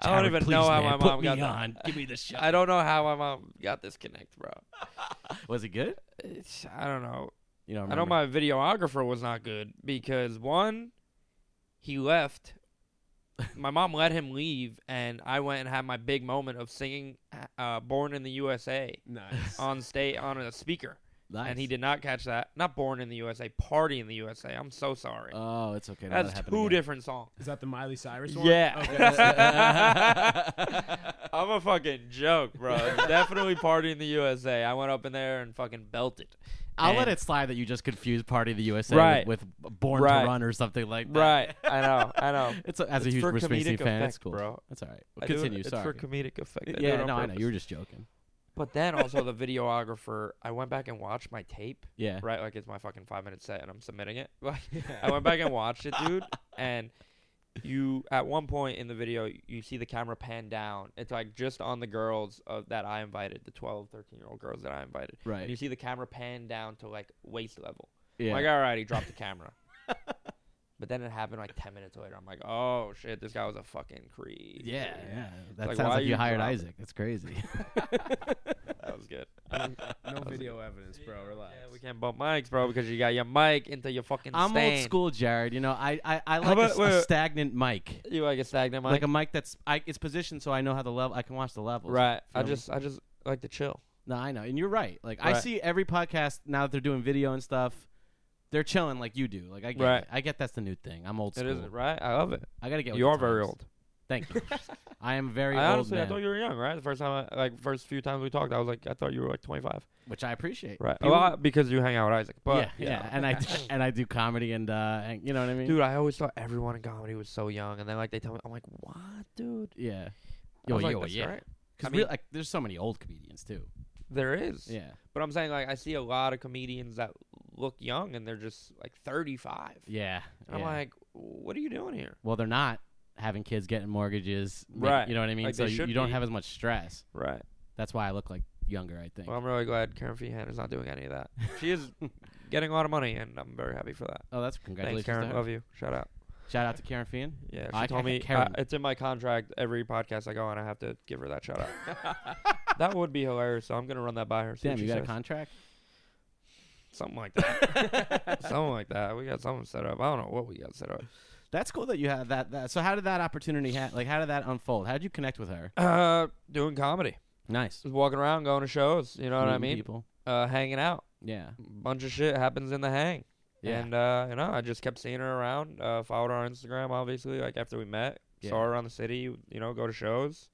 Speaker 1: Jared,
Speaker 2: even
Speaker 1: please,
Speaker 2: know how
Speaker 1: man,
Speaker 2: my
Speaker 1: put
Speaker 2: mom
Speaker 1: me
Speaker 2: got that.
Speaker 1: on. Give me the shot.
Speaker 2: I don't know how my mom got this connect, bro.
Speaker 1: Was it good?
Speaker 2: It's, I don't know.
Speaker 1: You know,
Speaker 2: I know my videographer was not good because one, he left. My mom let him leave, and I went and had my big moment of singing uh, "Born in the USA"
Speaker 3: Nice.
Speaker 2: on state on a speaker,
Speaker 1: Nice.
Speaker 2: and he did not catch that. Not "Born in the USA," "Party in the USA." I'm so sorry.
Speaker 1: Oh, it's okay. Now
Speaker 2: That's
Speaker 1: that
Speaker 2: two
Speaker 1: happened again.
Speaker 2: different songs.
Speaker 3: Is that the Miley Cyrus one?
Speaker 2: Yeah. I'm a fucking joke, bro. It's definitely "Party in the USA." I went up in there and fucking belted.
Speaker 1: I'll let
Speaker 2: And-
Speaker 1: it slide that you just confused Party of the USA
Speaker 2: Right.
Speaker 1: with, with Born
Speaker 2: Right.
Speaker 1: to Run or something like that.
Speaker 2: Right. I know. I know.
Speaker 1: It's a, as
Speaker 2: It's
Speaker 1: a huge
Speaker 2: for
Speaker 1: Bruce Springsteen
Speaker 2: comedic
Speaker 1: fan, it's
Speaker 2: effect,
Speaker 1: cool.
Speaker 2: bro.
Speaker 1: That's all right.
Speaker 2: I do it-
Speaker 1: continue.
Speaker 2: It's
Speaker 1: sorry.
Speaker 2: for comedic effect. I do it
Speaker 1: yeah,
Speaker 2: on
Speaker 1: no, I know.
Speaker 2: purpose.
Speaker 1: You were just joking.
Speaker 2: But then also the videographer, I went back and watched my tape,
Speaker 1: Yeah.
Speaker 2: right? Like it's my fucking five minute set, and I'm submitting it. Like I
Speaker 3: Yeah.
Speaker 2: went back and watched it, dude. And you, at one point in the video, you see the camera pan down. It's like just on the girls of, that I invited, the 12, 13 year old girls that I invited. And you
Speaker 1: Right.
Speaker 2: see the camera pan down to like waist level.
Speaker 1: Yeah.
Speaker 2: Like, all right, he dropped the camera. but then it happened like 10 minutes later. I'm like, oh shit, this guy was a fucking creep.
Speaker 1: yeah, yeah. That
Speaker 2: like,
Speaker 1: sounds
Speaker 2: why
Speaker 1: like you
Speaker 2: you
Speaker 1: hired
Speaker 2: drop-
Speaker 1: Isaac. That's crazy.
Speaker 2: That was good.
Speaker 3: no video evidence, bro. Relax.
Speaker 2: Yeah, we can't bump mics, bro, because you got your mic into your fucking
Speaker 1: I'm
Speaker 2: stand.
Speaker 1: old school, Jared. You know, I I, I like
Speaker 2: How
Speaker 1: a
Speaker 2: about-
Speaker 1: s-
Speaker 2: wait,
Speaker 1: a,
Speaker 2: wait.
Speaker 1: stagnant mic.
Speaker 2: You like a stagnant mic?
Speaker 1: Like a mic that's I, it's positioned so I know how the level I can watch the levels.
Speaker 2: right. I
Speaker 1: Feel me?
Speaker 2: just, I just like to chill.
Speaker 1: No, I know, and you're right. Like I
Speaker 2: Right.
Speaker 1: see every podcast now that they're doing video and stuff, they're chilling like you do. Like I get,
Speaker 2: Right.
Speaker 1: it. I get that's the new thing. I'm old
Speaker 2: It
Speaker 1: school.
Speaker 2: is right. I love it.
Speaker 1: I gotta get. with
Speaker 2: you
Speaker 1: the
Speaker 2: are very
Speaker 1: times.
Speaker 2: old.
Speaker 1: Thank you. I am very
Speaker 2: I
Speaker 1: old
Speaker 2: honestly, I
Speaker 1: man,
Speaker 2: thought you were young, right? The first time, I, like first few times we talked, I was like, I thought you were like 25,
Speaker 1: which I appreciate.
Speaker 2: right?
Speaker 1: People-
Speaker 2: Well, I- because you hang out with Isaac, but
Speaker 1: yeah, yeah, and I and I do comedy and uh, and, you know what I mean.
Speaker 2: dude, I always thought everyone in comedy was so young, and then like they tell me, I'm like, what, dude?
Speaker 1: Yeah.
Speaker 2: I
Speaker 1: Yo,
Speaker 2: was like,
Speaker 1: yo,
Speaker 2: "That's
Speaker 1: yeah.
Speaker 2: right."
Speaker 1: Because
Speaker 2: I mean-
Speaker 1: like, there's so many old comedians too.
Speaker 2: There is,
Speaker 1: Yeah.
Speaker 2: But I'm saying like I see a lot of comedians that look young and they're just like 35.
Speaker 1: Yeah.
Speaker 2: And I'm
Speaker 1: yeah.
Speaker 2: like, what are you doing here?
Speaker 1: well, they're not having kids, getting mortgages. ma-
Speaker 2: Right.
Speaker 1: You know what I mean?
Speaker 2: Like,
Speaker 1: so
Speaker 2: they
Speaker 1: you,
Speaker 2: should
Speaker 1: you don't
Speaker 2: be.
Speaker 1: have as much stress.
Speaker 2: Right.
Speaker 1: That's why I look like younger, I think.
Speaker 2: Well, I'm really glad Karen Feehan is not doing any of that. She is getting a lot of money, and I'm very happy for that.
Speaker 1: oh, that's
Speaker 2: Thanks,
Speaker 1: congratulations.
Speaker 2: Karen.
Speaker 1: to her.
Speaker 2: Love you. Shout out.
Speaker 1: Shout out to Karen Fian.
Speaker 2: Yeah, she
Speaker 1: I-
Speaker 2: told
Speaker 1: I-
Speaker 2: me
Speaker 1: Karen-
Speaker 2: I- it's in my contract. Every podcast I go on, I have to give her that shout out. that would be hilarious. So I'm gonna run that by her. see what
Speaker 1: Damn, you
Speaker 2: she
Speaker 1: got a
Speaker 2: says.
Speaker 1: contract?
Speaker 2: something like that. something like that. We got something set up. I don't know what we got set up.
Speaker 1: That's cool that you had that, that. So how did that opportunity ha- like how did that unfold? How did you connect with her?
Speaker 2: Uh, doing comedy,
Speaker 1: Nice.
Speaker 2: just walking around, going to shows. You know what I
Speaker 1: Meeting
Speaker 2: mean?
Speaker 1: People.
Speaker 2: Uh, hanging out.
Speaker 1: Yeah.
Speaker 2: bunch of shit happens in the hang.
Speaker 1: Yeah.
Speaker 2: And uh, you know, I just kept seeing her around. Uh, followed her on Instagram, obviously. Like after we met,
Speaker 1: Yeah.
Speaker 2: saw her around the city. You know, go to shows.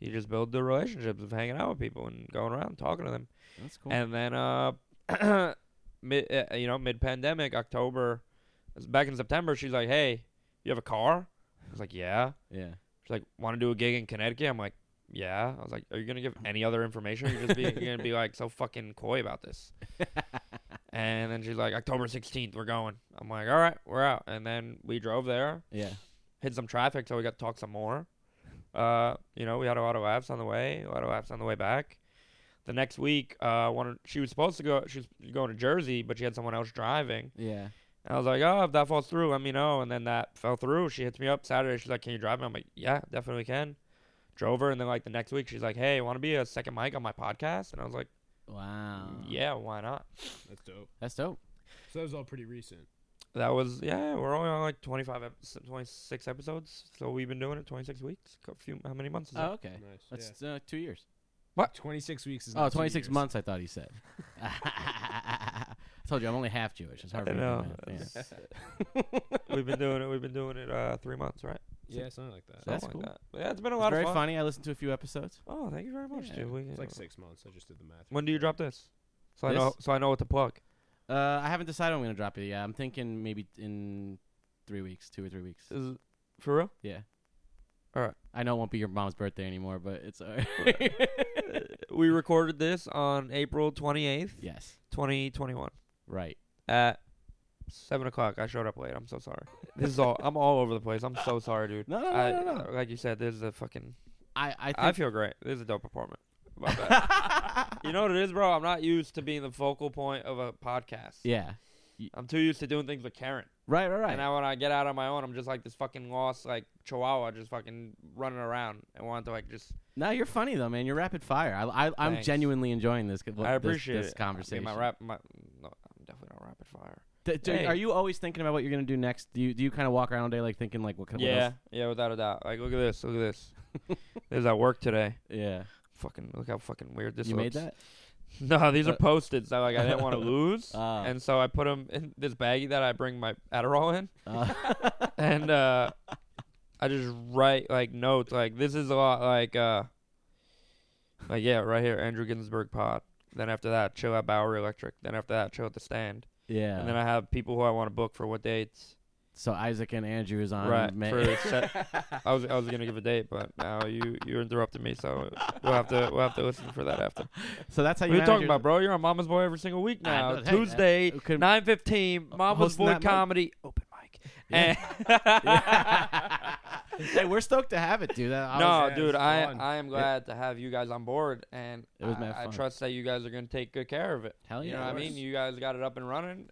Speaker 2: You just build the relationships of hanging out with people and going around talking to them.
Speaker 1: That's cool.
Speaker 2: And then, uh, mid, uh, you know, mid pandemic, October, it was back in September, she's like, "Hey, you have a car?" I was like, "Yeah."
Speaker 1: yeah.
Speaker 2: She's like, "Want to do a gig in Connecticut?" I'm like, "Yeah." I was like, "Are you gonna give any other information? Or you're just be, you're gonna be like so fucking coy about this." and then she's like, "October 16th, we're going." I'm like, "All right, we're out." And then we drove there,
Speaker 1: Yeah.
Speaker 2: hit some traffic, so we got to talk some more. Uh, you know, we had a lot of laughs on the way, a lot of laughs on the way back. The next week, uh, one of- she was supposed to go. She was going to Jersey, but she had someone else driving.
Speaker 1: Yeah.
Speaker 2: And I was like, oh, if that falls through, let me know. And then that fell through. She hits me up Saturday. She's like, can you drive me? I'm like, yeah, definitely can. Drove her. And then, like, the next week, she's like, hey, want to be a second mic on my podcast? And I was like,
Speaker 1: Wow.
Speaker 2: yeah, why not?
Speaker 3: That's dope.
Speaker 1: That's dope.
Speaker 3: So that was all pretty recent.
Speaker 2: That was, yeah, we're only on like 25, ep- 26 episodes. So we've been doing it 26 weeks. A few, how many months is
Speaker 1: Oh, okay.
Speaker 3: Nice.
Speaker 1: That's uh, 2 years.
Speaker 3: yeah. 26 weeks is
Speaker 1: Oh,
Speaker 3: not two
Speaker 1: 26
Speaker 3: years.
Speaker 1: months, I thought he said. I told you, I'm only half Jewish. It's hard
Speaker 2: I
Speaker 1: for me to do
Speaker 2: know.
Speaker 1: math, yeah.
Speaker 2: it? We've been doing it. We've been doing it uh, three months, right?
Speaker 3: Yeah, something like that.
Speaker 1: So- That's
Speaker 2: Something
Speaker 1: cool.
Speaker 2: Like that. But yeah, it's been a
Speaker 1: It's
Speaker 2: lot
Speaker 1: very
Speaker 2: of fun.
Speaker 1: funny. I listened to a few episodes.
Speaker 2: Oh, thank you very much,
Speaker 1: Yeah.
Speaker 2: dude. We,
Speaker 3: It's like six months. I just did the math.
Speaker 2: when do you drop this? So I know.
Speaker 1: This?
Speaker 2: So I know what to plug.
Speaker 1: Uh, I haven't decided when I'm going to drop it yet. I'm thinking maybe in three weeks, two or three weeks.
Speaker 2: Is it for real?
Speaker 1: Yeah.
Speaker 2: All right.
Speaker 1: I know it won't be your mom's birthday anymore, but it's all right.
Speaker 2: we recorded this on April 28th,
Speaker 1: yes.
Speaker 2: 2021
Speaker 1: Right.
Speaker 2: at 7 o'clock. I showed up late. I'm so sorry. This is all, I'm all over the place. I'm so sorry, dude.
Speaker 1: No, no, no,
Speaker 2: I,
Speaker 1: no, no.
Speaker 2: Like you said, this is a fucking,
Speaker 1: I, I think.
Speaker 2: I feel great. This is a dope apartment. My bad. you know what it is, bro? I'm not used to being the focal point of a podcast.
Speaker 1: yeah.
Speaker 2: I'm too used to doing things with Karen.
Speaker 1: Right, right, right.
Speaker 2: And now when I get out on my own, I'm just like this fucking lost, like, chihuahua just fucking running around and wanting to, like, just
Speaker 1: no, you're funny, though, man. You're rapid fire. I, I, I'm
Speaker 2: Thanks.
Speaker 1: genuinely enjoying this, co-
Speaker 2: I
Speaker 1: this-
Speaker 2: appreciate
Speaker 1: this,
Speaker 2: it. I mean,
Speaker 1: conversation.
Speaker 2: my rap, my, no, I'm definitely not rapid fire.
Speaker 1: D- do-
Speaker 2: Hey.
Speaker 1: Are you always thinking about what you're gonna do next? Do you do you kind of walk around all day like thinking like what kind of
Speaker 2: yeah, yeah, without a doubt. Like, look at this, look at this. There's at work today.
Speaker 1: yeah
Speaker 2: Fucking look how fucking weird this
Speaker 1: you made
Speaker 2: looks.
Speaker 1: that
Speaker 2: No, these
Speaker 1: Uh,
Speaker 2: are post-its that like I didn't want to lose,
Speaker 1: Oh.
Speaker 2: and so I put them in this baggie that I bring my Adderall in,
Speaker 1: Uh,
Speaker 2: and uh, I just write like notes. Like this is a lot like uh, like yeah, right here, Andrew Ginsberg pod. Then after that, chill at Bowery Electric. Then after that, chill at the Stand.
Speaker 1: yeah.
Speaker 2: And then I have people who I want to book for what dates.
Speaker 1: so Isaac and Andrew is on
Speaker 2: right.
Speaker 1: May.
Speaker 2: for set- I was I was gonna give a date, but now you you interrupted me, so we'll have to we'll have to listen for that after.
Speaker 1: so that's how you
Speaker 2: What are you
Speaker 1: manage
Speaker 2: talking
Speaker 1: your-
Speaker 2: about, bro? You're on Mama's Boy every single week
Speaker 1: I
Speaker 2: now.
Speaker 1: know, hey, that-
Speaker 2: Tuesday,
Speaker 1: it could-
Speaker 2: nine fifteen, Mama's
Speaker 1: hosting
Speaker 2: Boy
Speaker 1: that mic.
Speaker 2: comedy open mic.
Speaker 1: Yeah.
Speaker 2: And-
Speaker 1: hey, we're stoked to have it, dude. That- I was-
Speaker 2: no,
Speaker 3: yeah,
Speaker 2: dude,
Speaker 3: it's
Speaker 2: I
Speaker 3: fun.
Speaker 2: I am glad to have you guys on board, and
Speaker 1: It was
Speaker 2: I-
Speaker 1: mad
Speaker 2: I,
Speaker 1: fun.
Speaker 2: trust that you guys are gonna take good care of it.
Speaker 1: Hell
Speaker 2: you
Speaker 1: yeah,
Speaker 2: know
Speaker 1: of
Speaker 2: what I
Speaker 1: course.
Speaker 2: mean? You guys got it up and running.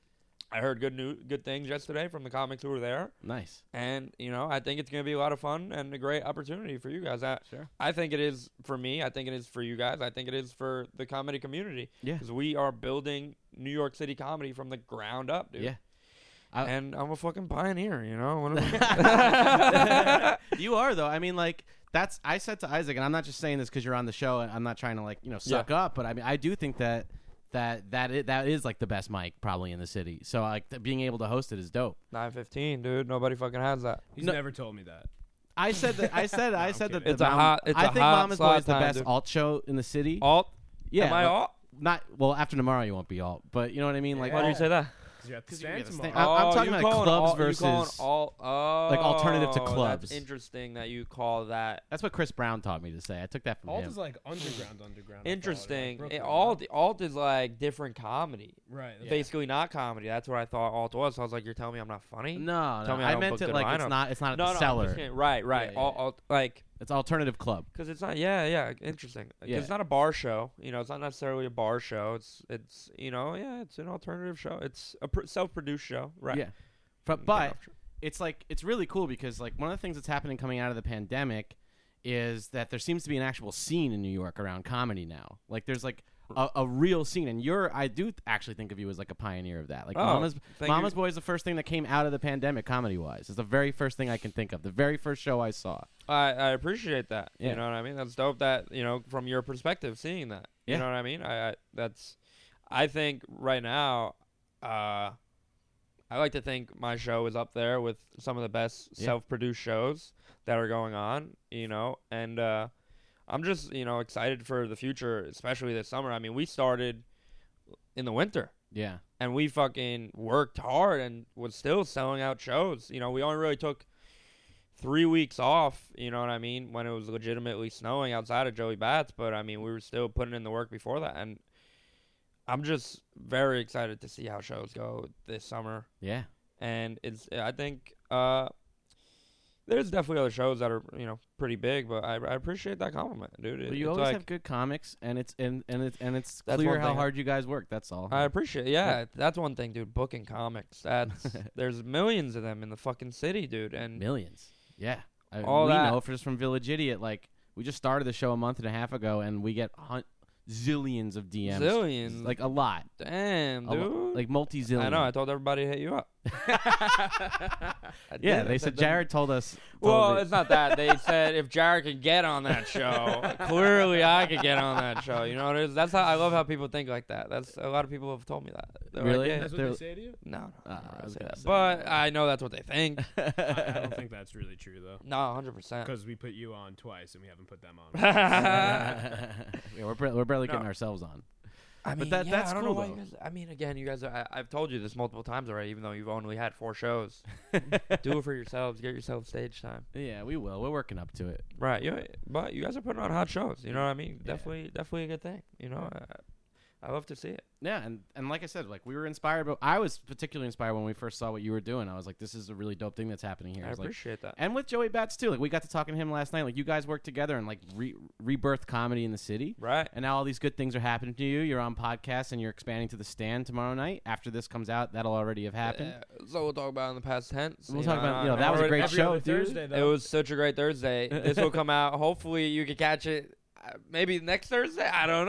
Speaker 2: I heard good new good things yesterday from the comics who were there.
Speaker 1: nice.
Speaker 2: And you know, I think it's going to be a lot of fun and a great opportunity for you guys. I,
Speaker 1: Sure.
Speaker 2: I think it is for me. I think it is for you guys. I think it is for the comedy community.
Speaker 1: Yeah.
Speaker 2: Because we are building New York City comedy from the ground up, dude.
Speaker 1: Yeah. I-
Speaker 2: and I'm a fucking pioneer, you know. What am I-
Speaker 1: you are though. I mean, like that's I said to Isaac, and I'm not just saying this because you're on the show, and I'm not trying to like you know suck up, but I mean, I do think that that that is, that is like the best mic probably in the city. So like th- being able to host it is dope.
Speaker 2: Nine fifteen, dude. Nobody fucking has that.
Speaker 3: He's
Speaker 1: No.
Speaker 3: never told me that.
Speaker 1: I said that. I said. I
Speaker 3: I'm
Speaker 1: said that.
Speaker 3: kidding.
Speaker 2: It's
Speaker 1: the
Speaker 2: a
Speaker 1: Mom-
Speaker 2: hot- it's
Speaker 1: I
Speaker 2: a
Speaker 1: think
Speaker 2: hot
Speaker 1: Mama's Boy
Speaker 2: slot
Speaker 1: is the
Speaker 2: time,
Speaker 1: best
Speaker 2: dude.
Speaker 1: alt show in the city.
Speaker 2: Alt?
Speaker 1: yeah,
Speaker 2: Am I
Speaker 1: like,
Speaker 2: alt?
Speaker 1: not well after tomorrow you won't be alt, but you know what I mean. Like
Speaker 2: Why do you
Speaker 1: alt-
Speaker 2: say that?
Speaker 3: Because you're at the
Speaker 1: 'Cause you get the stand-
Speaker 3: stand tomorrow.
Speaker 1: I'm- I'm
Speaker 2: Oh,
Speaker 1: talking
Speaker 2: you
Speaker 1: about
Speaker 2: calling
Speaker 1: clubs
Speaker 2: all, you calling
Speaker 1: versus-
Speaker 2: all, oh,
Speaker 1: like, alternative to clubs.
Speaker 2: That's interesting that you call that
Speaker 1: That's what Chris Brown taught me to say. I took that from
Speaker 3: Alt
Speaker 1: him.
Speaker 3: is like underground, underground. I call it, like
Speaker 2: interesting.
Speaker 3: Brooklyn,
Speaker 2: It-
Speaker 3: right?
Speaker 2: alt, alt is like different comedy,
Speaker 3: Right. that's-
Speaker 2: basically not comedy. That's what I thought alt was. So I was like, you're telling me I'm not funny?
Speaker 1: no, no,
Speaker 2: Tell me I
Speaker 1: I
Speaker 2: don't
Speaker 1: meant
Speaker 2: book
Speaker 1: it
Speaker 2: good
Speaker 1: like it's
Speaker 2: lineups.
Speaker 1: not. It's not at
Speaker 2: no,
Speaker 1: the
Speaker 2: no, I'm
Speaker 1: cellar.
Speaker 2: just kidding. right,
Speaker 1: Yeah,
Speaker 2: right.
Speaker 1: yeah,
Speaker 2: Alt-
Speaker 1: yeah.
Speaker 2: alt- like
Speaker 1: It's alternative club.
Speaker 2: Because it's not, yeah, yeah, interesting. Uh, 'Cause
Speaker 1: Yeah.
Speaker 2: It's not a bar show, you know. It's not necessarily a bar show. It's, it's, you know, yeah, it's an alternative show. It's a pr- self-produced show, right?
Speaker 1: Yeah. But but it's like it's really cool because like one of the things that's happening coming out of the pandemic is that there seems to be an actual scene in New York around comedy now. Like there's like a, a real scene, and you're I do actually think of you as like a pioneer of that. Like
Speaker 2: Oh,
Speaker 1: Mama's
Speaker 2: thank
Speaker 1: Mama's
Speaker 2: you.
Speaker 1: Boy is the first thing that came out of the pandemic comedy wise. It's the very first thing I can think of. The very first show I saw.
Speaker 2: I, I appreciate that.
Speaker 1: Yeah.
Speaker 2: You know what I mean? That's dope that, you know, from your perspective, seeing that.
Speaker 1: Yeah.
Speaker 2: You know what I mean? I, I that's I think right now, uh I like to think my show is up there with some of the best
Speaker 1: Yeah.
Speaker 2: self produced shows that are going on, you know, and uh I'm just, you know, excited for the future, especially this summer. I mean, we started in the winter
Speaker 1: Yeah,
Speaker 2: and we fucking worked hard and was still selling out shows. You know, we only really took three weeks off, you know what I mean, when it was legitimately snowing outside of Joey Bats, but I mean we were still putting in the work before that and I'm just very excited to see how shows go this summer.
Speaker 1: yeah,
Speaker 2: And it's I think uh there's definitely other shows that are, you know, pretty big, but I, I appreciate that compliment, dude. It-
Speaker 1: Well, you
Speaker 2: it's
Speaker 1: always
Speaker 2: like-
Speaker 1: have good comics, and it's and and it's and it's
Speaker 2: That's
Speaker 1: clear
Speaker 2: one
Speaker 1: how
Speaker 2: thing I-
Speaker 1: hard you guys work. That's all.
Speaker 2: I appreciate. Yeah, that's one thing, dude. Booking comics. That's there's millions of them in the fucking city, dude. And
Speaker 1: Millions. Yeah. I,
Speaker 2: All
Speaker 1: we
Speaker 2: that.
Speaker 1: know for just from Village Idiot, like we just started the show a month and a half ago, and we get hun- zillions of DMs,
Speaker 2: Zillions.
Speaker 1: like a lot,
Speaker 2: damn,
Speaker 1: A
Speaker 2: dude.
Speaker 1: lo- like multi zillion.
Speaker 2: I know. I told everybody to hit you up. I
Speaker 1: yeah,
Speaker 2: did, I
Speaker 1: they said
Speaker 2: that.
Speaker 1: Jared told us. told
Speaker 2: Well,
Speaker 1: the-
Speaker 2: it's not that. They said if Jared could get on that show, clearly I could get on that show. You know what it is? That's how I love how people think like that. That's a lot of people have told me that. They're like,
Speaker 1: Really?
Speaker 2: yeah.
Speaker 3: That's what
Speaker 1: They're-
Speaker 3: they say to you?
Speaker 2: No, no,
Speaker 1: Ah,
Speaker 2: I
Speaker 1: I
Speaker 2: never
Speaker 1: was
Speaker 2: say
Speaker 1: gonna
Speaker 2: that.
Speaker 1: say.
Speaker 2: But I know that's what they think.
Speaker 3: I I don't think that's really true, though.
Speaker 2: No, hundred percent.
Speaker 3: Because we put you on twice and we haven't put them on.
Speaker 1: yeah, we're, bar- we're barely getting
Speaker 2: No.
Speaker 1: ourselves on.
Speaker 2: I
Speaker 1: But
Speaker 2: mean,
Speaker 1: that-
Speaker 2: yeah,
Speaker 1: that's
Speaker 2: I don't
Speaker 1: cool,
Speaker 2: know why you
Speaker 1: though.
Speaker 2: guys. I mean, again, you guys. Are, I, I've told you this multiple times already. Even though you've only had four shows, do it for yourselves. Get yourself stage time.
Speaker 1: Yeah, we will. We're working up to it.
Speaker 2: Right. You, but you guys are putting on hot shows. You know what I mean? Definitely, definitely a good thing. You know, I, I love to see it.
Speaker 1: Yeah, and, and like I said, like we were inspired, but I was particularly inspired when we first saw what you were doing. I was like, this is a really dope thing that's happening here.
Speaker 2: I
Speaker 1: It's like,
Speaker 2: appreciate that.
Speaker 1: and with Joey Bats too. Like we got to talking to him last night. Like you guys worked together and like re- rebirth comedy in the city.
Speaker 2: Right.
Speaker 1: And now all these good things are happening to you. You're on podcasts and you're expanding to the stand tomorrow night. After this comes out, that'll already have happened.
Speaker 2: Uh, so we'll talk about it in the past tense.
Speaker 1: We'll talk about- you know,
Speaker 2: I
Speaker 1: that was a
Speaker 2: already-
Speaker 1: great
Speaker 3: Every
Speaker 1: show,
Speaker 3: other
Speaker 1: dude.
Speaker 3: Thursday,
Speaker 2: It
Speaker 3: though.
Speaker 2: was such a great Thursday. This will come out. Hopefully, you can catch it. uh, Maybe next Thursday. I don't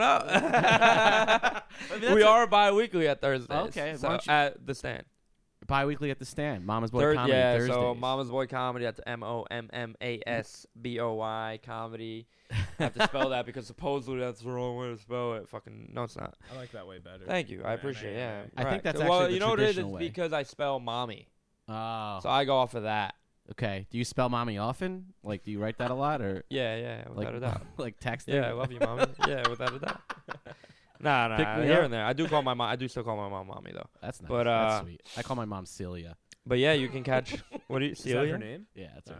Speaker 2: know.
Speaker 1: mean,
Speaker 2: we
Speaker 1: that's a-
Speaker 2: are bi-weekly at Thursdays.
Speaker 1: Okay, why
Speaker 2: so
Speaker 1: don't you-
Speaker 2: at the stand.
Speaker 1: Bi-weekly at the stand, Mama's Boy
Speaker 2: Third-
Speaker 1: Comedy
Speaker 2: yeah,
Speaker 1: Thursdays.
Speaker 2: so Mama's Boy Comedy. That's M O M M A S B O Y Comedy. I have to spell that because supposedly that's the wrong way to spell it. Fucking no, it's not.
Speaker 3: I like that way better.
Speaker 2: Thank you, I
Speaker 3: Yeah,
Speaker 2: appreciate. it.
Speaker 3: yeah,
Speaker 2: Yeah,
Speaker 3: yeah.
Speaker 1: I think
Speaker 2: right.
Speaker 1: that's
Speaker 2: well,
Speaker 1: actually
Speaker 2: you
Speaker 1: the
Speaker 2: know what it is.
Speaker 1: traditional way.
Speaker 2: It's because I spell mommy,
Speaker 1: Oh,
Speaker 2: so I go off of that.
Speaker 1: okay. Do you spell mommy often? Like, do you write that a lot or
Speaker 2: Yeah, yeah, without
Speaker 1: like
Speaker 2: a doubt.
Speaker 1: like texting?
Speaker 2: Yeah, I love you, mommy. yeah, without a doubt. Nah, nah,
Speaker 1: Pick
Speaker 2: nah
Speaker 1: me
Speaker 2: here
Speaker 1: up.
Speaker 2: and there. I do call my mom. I do still call my mom mommy though.
Speaker 1: That's nice.
Speaker 2: But,
Speaker 1: that's
Speaker 2: uh,
Speaker 1: sweet. I call my mom Celia.
Speaker 2: But yeah, you can catch. What do you?
Speaker 3: Is that
Speaker 2: Celia?
Speaker 3: her name?
Speaker 1: Yeah, that's her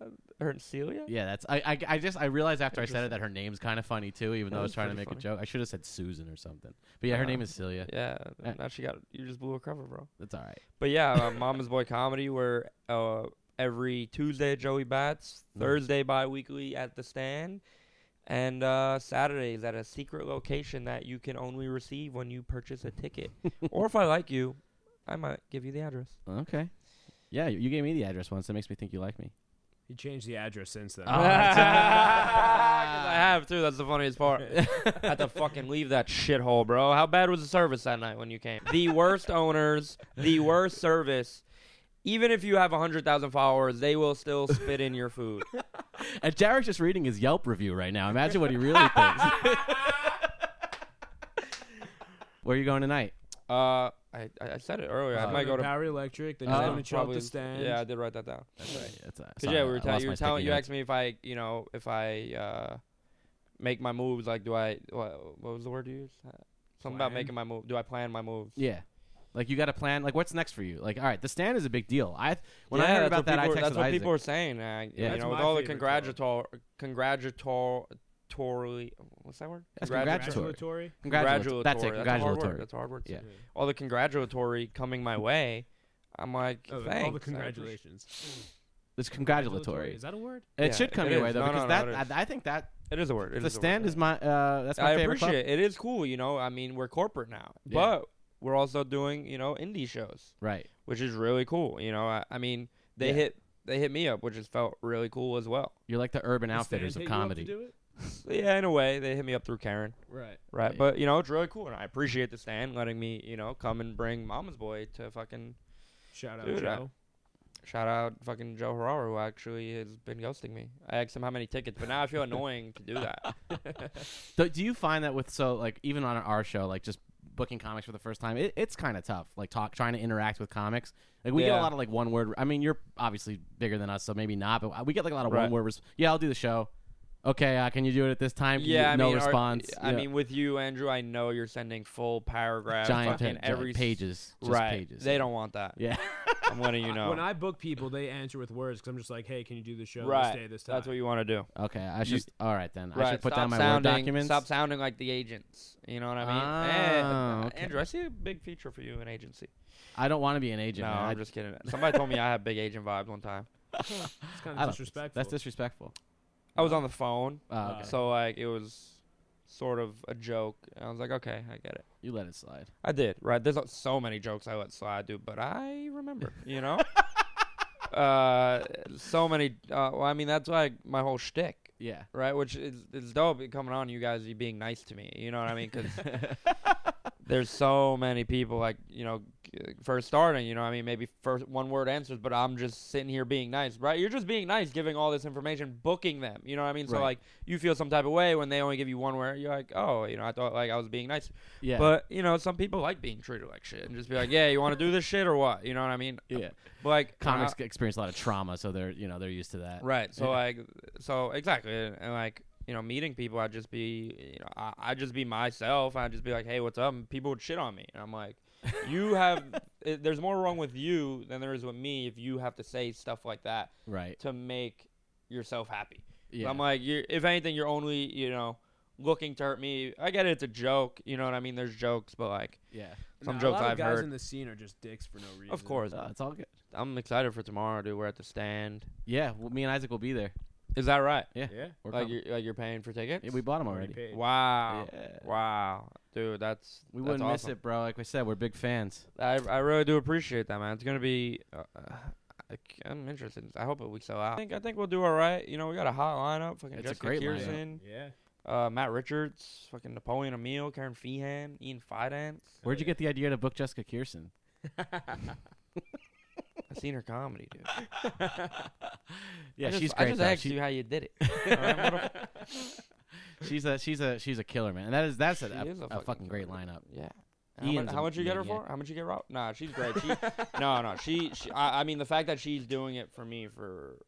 Speaker 3: Oh,
Speaker 1: name.
Speaker 2: Her Celia?
Speaker 1: Yeah, that's I, I. I just I realized after I said it that her name's kind of funny too, even
Speaker 2: That
Speaker 1: though I
Speaker 2: is
Speaker 1: was trying to
Speaker 2: pretty
Speaker 1: make a
Speaker 2: funny.
Speaker 1: joke. I should have said Susan or something. But yeah, her
Speaker 2: Uh,
Speaker 1: name is Celia.
Speaker 2: Yeah.
Speaker 1: Yeah.
Speaker 2: Now she got. You just blew a cover, bro.
Speaker 1: That's all right.
Speaker 2: But yeah, uh, Mama's Boy Comedy, where uh, every Tuesday at Joey Bats,
Speaker 1: Mm.
Speaker 2: Thursday bi weekly at the stand, and uh, Saturdays at a secret location that you can only receive when you purchase a ticket. or if I like you, I might give you the address.
Speaker 1: Okay. Yeah, you, you gave me the address once. That makes me think you like me.
Speaker 3: He changed the address since then.
Speaker 1: Oh,
Speaker 2: Because
Speaker 1: that's-
Speaker 2: I have too. That's the funniest part. I had to fucking leave that shithole, bro. How bad was the service that night when you came? The worst owners, the worst service. Even if you have 100,000 followers, they will still spit in your food.
Speaker 1: And Jarek's just reading his Yelp review right now. Imagine what he really thinks. Where are you going tonight?
Speaker 2: Uh, I, I I said it earlier.
Speaker 1: Oh.
Speaker 2: I might go to.
Speaker 3: Uh, Power Electric. Then
Speaker 2: I
Speaker 3: he's
Speaker 2: didn't
Speaker 3: going to chill at
Speaker 2: probably-
Speaker 3: the stand.
Speaker 2: Yeah, I did write that down.
Speaker 1: That's right. That's, uh,
Speaker 2: 'Cause,
Speaker 1: sorry,
Speaker 2: yeah, we were
Speaker 1: I
Speaker 2: ta-
Speaker 1: lost
Speaker 2: you
Speaker 1: my
Speaker 2: were telling
Speaker 1: sticky
Speaker 2: you
Speaker 1: notes.
Speaker 2: asked me if I you know if I uh, make my moves like do I what, what was the word you used? Uh, Something about
Speaker 3: Plan?
Speaker 2: making my move. Do I plan my moves?
Speaker 1: Yeah. Like you got to plan. Like what's next for you? Like all right, the stand is a big deal. I when I
Speaker 2: Yeah,
Speaker 1: heard
Speaker 2: that's
Speaker 1: about
Speaker 2: what
Speaker 1: that, I
Speaker 2: people-
Speaker 1: texted
Speaker 2: That's what
Speaker 1: Isaac.
Speaker 2: people were saying. uh,
Speaker 1: Yeah.
Speaker 2: you
Speaker 1: That's
Speaker 2: know, with
Speaker 3: my
Speaker 2: all the
Speaker 3: favorite color.
Speaker 2: congratulatory, congratulatory, what's that word?
Speaker 1: That's
Speaker 2: Congratu-
Speaker 1: congratulatory.
Speaker 3: Congratulatory.
Speaker 1: Congratulatory. That's it.
Speaker 2: That's a hard word.
Speaker 1: Congratulatory.
Speaker 2: That's a hard word. to
Speaker 1: Yeah.
Speaker 2: say. All the congratulatory coming my way. I'm like,
Speaker 3: Oh, all
Speaker 2: thanks.
Speaker 3: the
Speaker 2: I appreciate-
Speaker 3: congratulations.
Speaker 1: It's congratulatory.
Speaker 3: Is that a word?
Speaker 1: It
Speaker 2: Yeah,
Speaker 1: should come
Speaker 2: it
Speaker 1: your way
Speaker 2: is.
Speaker 1: though,
Speaker 2: No, no,
Speaker 1: because
Speaker 2: no, it
Speaker 1: that
Speaker 2: is.
Speaker 1: I, I think that
Speaker 2: It is a word. It
Speaker 1: the
Speaker 2: a word,
Speaker 1: stand
Speaker 2: yeah.
Speaker 1: is my uh, that's my
Speaker 2: I
Speaker 1: favorite. club.
Speaker 2: appreciate it. It is cool, you know. I mean, we're corporate now,
Speaker 1: Yeah.
Speaker 2: but we're also doing, you know, indie shows,
Speaker 1: Right.
Speaker 2: which is really cool. You know, I, I mean, they
Speaker 1: Yeah.
Speaker 2: hit they hit me up, which has felt really cool as well.
Speaker 1: You're like the urban
Speaker 3: The
Speaker 1: outfitters
Speaker 3: Stand
Speaker 1: of
Speaker 3: hit you up
Speaker 1: comedy.
Speaker 3: to do it?
Speaker 2: So, yeah, in a way, they hit me up through Karen,
Speaker 3: Right.
Speaker 2: right?
Speaker 1: Yeah.
Speaker 2: But you know, it's really cool, and I appreciate the stand letting me, you know, come and bring Mama's Boy to fucking
Speaker 3: Shout out
Speaker 2: Dude, I-
Speaker 3: Joe.
Speaker 2: shout out fucking Joe Herrera, who actually has been ghosting me. I asked him how many tickets, but now I feel annoying to do that.
Speaker 1: Do, do you find that with so like even on our show like just booking comics for the first time it, it's kind of tough like talk trying to interact with comics like we get a
Speaker 2: Yeah.
Speaker 1: lot of like one word I mean you're obviously bigger than us so maybe not but we get like a lot of
Speaker 2: Right.
Speaker 1: one word res- yeah I'll do the show okay uh, can you do it at this time Can you-
Speaker 2: Yeah, I
Speaker 1: no
Speaker 2: mean, are-
Speaker 1: response
Speaker 2: I
Speaker 1: Yeah.
Speaker 2: mean, with you, Andrew, I know you're sending full paragraphs,
Speaker 1: giant,
Speaker 2: fucking
Speaker 1: pa- giant
Speaker 2: every s-
Speaker 1: pages just
Speaker 2: right.
Speaker 1: pages
Speaker 2: They don't want that.
Speaker 1: yeah
Speaker 2: I'm letting you know.
Speaker 3: When I book people, they answer with words because I'm just like, hey, can you do the show
Speaker 2: right,
Speaker 3: this day, this time?
Speaker 2: that's what you want to do.
Speaker 1: okay I
Speaker 2: You-
Speaker 1: should all right then I
Speaker 2: right,
Speaker 1: should put
Speaker 2: stop
Speaker 1: down my word
Speaker 2: sounding,
Speaker 1: documents
Speaker 2: Stop sounding like the agents. You know what I mean?
Speaker 1: Ah,
Speaker 2: Eh,
Speaker 1: okay.
Speaker 2: Andrew, I see a big feature for you in agency.
Speaker 1: I don't want to be an agent
Speaker 2: no,
Speaker 1: man. I-
Speaker 2: I'm just kidding. Somebody told me I have big agent vibes one time.
Speaker 3: it's
Speaker 1: I
Speaker 3: kind
Speaker 1: don't-
Speaker 3: of disrespectful.
Speaker 1: that's disrespectful
Speaker 2: I was on the phone,
Speaker 1: uh, okay.
Speaker 3: Uh,
Speaker 2: so like it was sort of a joke. I was like, okay, I get it.
Speaker 1: you let it slide
Speaker 2: I did, right? There's uh, so many jokes I let slide, dude, but I remember, you know? uh, so many. Uh, well, I mean, that's like my whole shtick,
Speaker 1: yeah
Speaker 2: right? Which is, is dope coming on you guys you being nice to me. You know what I mean? Because there's so many people, like, you know, g- first starting, you know what I mean? Maybe first one word answers, but I'm just sitting here being nice, right? You're just being nice, giving all this information, booking them. You know what I mean? So,
Speaker 1: Right.
Speaker 2: like, you feel some type of way when they only give you one word. You're like, oh, you know, I thought, like, I was being nice.
Speaker 1: yeah
Speaker 2: But you know, some people like being treated like shit and just be like, "Yeah, you want to do this shit or what?" You know what I mean?
Speaker 1: yeah
Speaker 2: But like
Speaker 1: comics
Speaker 2: uh,
Speaker 1: experience a lot of trauma, so they're you know they're used to that.
Speaker 2: right? So
Speaker 1: Yeah.
Speaker 2: like, so exactly, and, and, like you know, meeting people, I'd just be, you know, I, I'd just be myself. I'd just be like, "Hey, what's up?" And people would shit on me, and I'm like, "You have, it, there's more wrong with you than there is with me if you have to say stuff like that
Speaker 1: Right.
Speaker 2: to make yourself happy."
Speaker 1: Yeah.
Speaker 2: I'm like, you're, if anything, you're only, you know, looking to hurt me. I get it; it's a joke. You know what I mean? There's jokes, but like.
Speaker 1: yeah.
Speaker 2: some
Speaker 3: Nah,
Speaker 2: jokes
Speaker 3: a lot of
Speaker 2: I've
Speaker 3: guys
Speaker 2: heard.
Speaker 3: in the scene are just dicks for no reason.
Speaker 2: Of course,
Speaker 1: Uh, it's all good.
Speaker 2: I'm excited for tomorrow, dude. We're at the stand.
Speaker 1: Yeah. Well, me and Isaac will be there.
Speaker 2: Is that right?
Speaker 3: Yeah.
Speaker 1: We're
Speaker 2: Like
Speaker 1: coming.
Speaker 2: you're, like you're paying for tickets?
Speaker 1: Yeah, we bought them
Speaker 3: Already
Speaker 1: already.
Speaker 3: paid.
Speaker 2: wow.
Speaker 1: Yeah.
Speaker 2: Wow. Dude, that's
Speaker 1: We
Speaker 2: that's
Speaker 1: wouldn't miss
Speaker 2: awesome.
Speaker 1: it, bro. Like we said, we're big fans.
Speaker 2: I I really do appreciate that, man. It's gonna be. Uh, uh, I, am interested. I hope we sell out. I think I think we'll do all right. You know, we got a hot lineup. Fucking
Speaker 1: It's a
Speaker 2: Jessica
Speaker 1: great lineup.
Speaker 2: Kirsten,
Speaker 3: Yeah.
Speaker 2: uh, Matt Richards, fucking Napoleon Emile, Karen Feehan, Ian Fidance.
Speaker 1: Where'd you get the idea to book Jessica Kirsten?
Speaker 2: I've seen her comedy, dude.
Speaker 1: Yeah,
Speaker 2: I just,
Speaker 1: she's
Speaker 2: I
Speaker 1: great.
Speaker 2: just
Speaker 1: though.
Speaker 2: asked
Speaker 1: She-
Speaker 2: you how you did it. All right, what the f-
Speaker 1: she's a she's a she's a killer, man. And that is that's a,
Speaker 2: She
Speaker 1: a,
Speaker 2: is a
Speaker 1: a
Speaker 2: fucking
Speaker 1: fucking great
Speaker 2: killer.
Speaker 1: lineup.
Speaker 2: Yeah. How much,
Speaker 1: Ian's a
Speaker 2: how much you get her
Speaker 1: maniac.
Speaker 2: for? How much you get Rob? Nah, she's great. She, no, no, she. she I, I mean, the fact that she's doing it for me for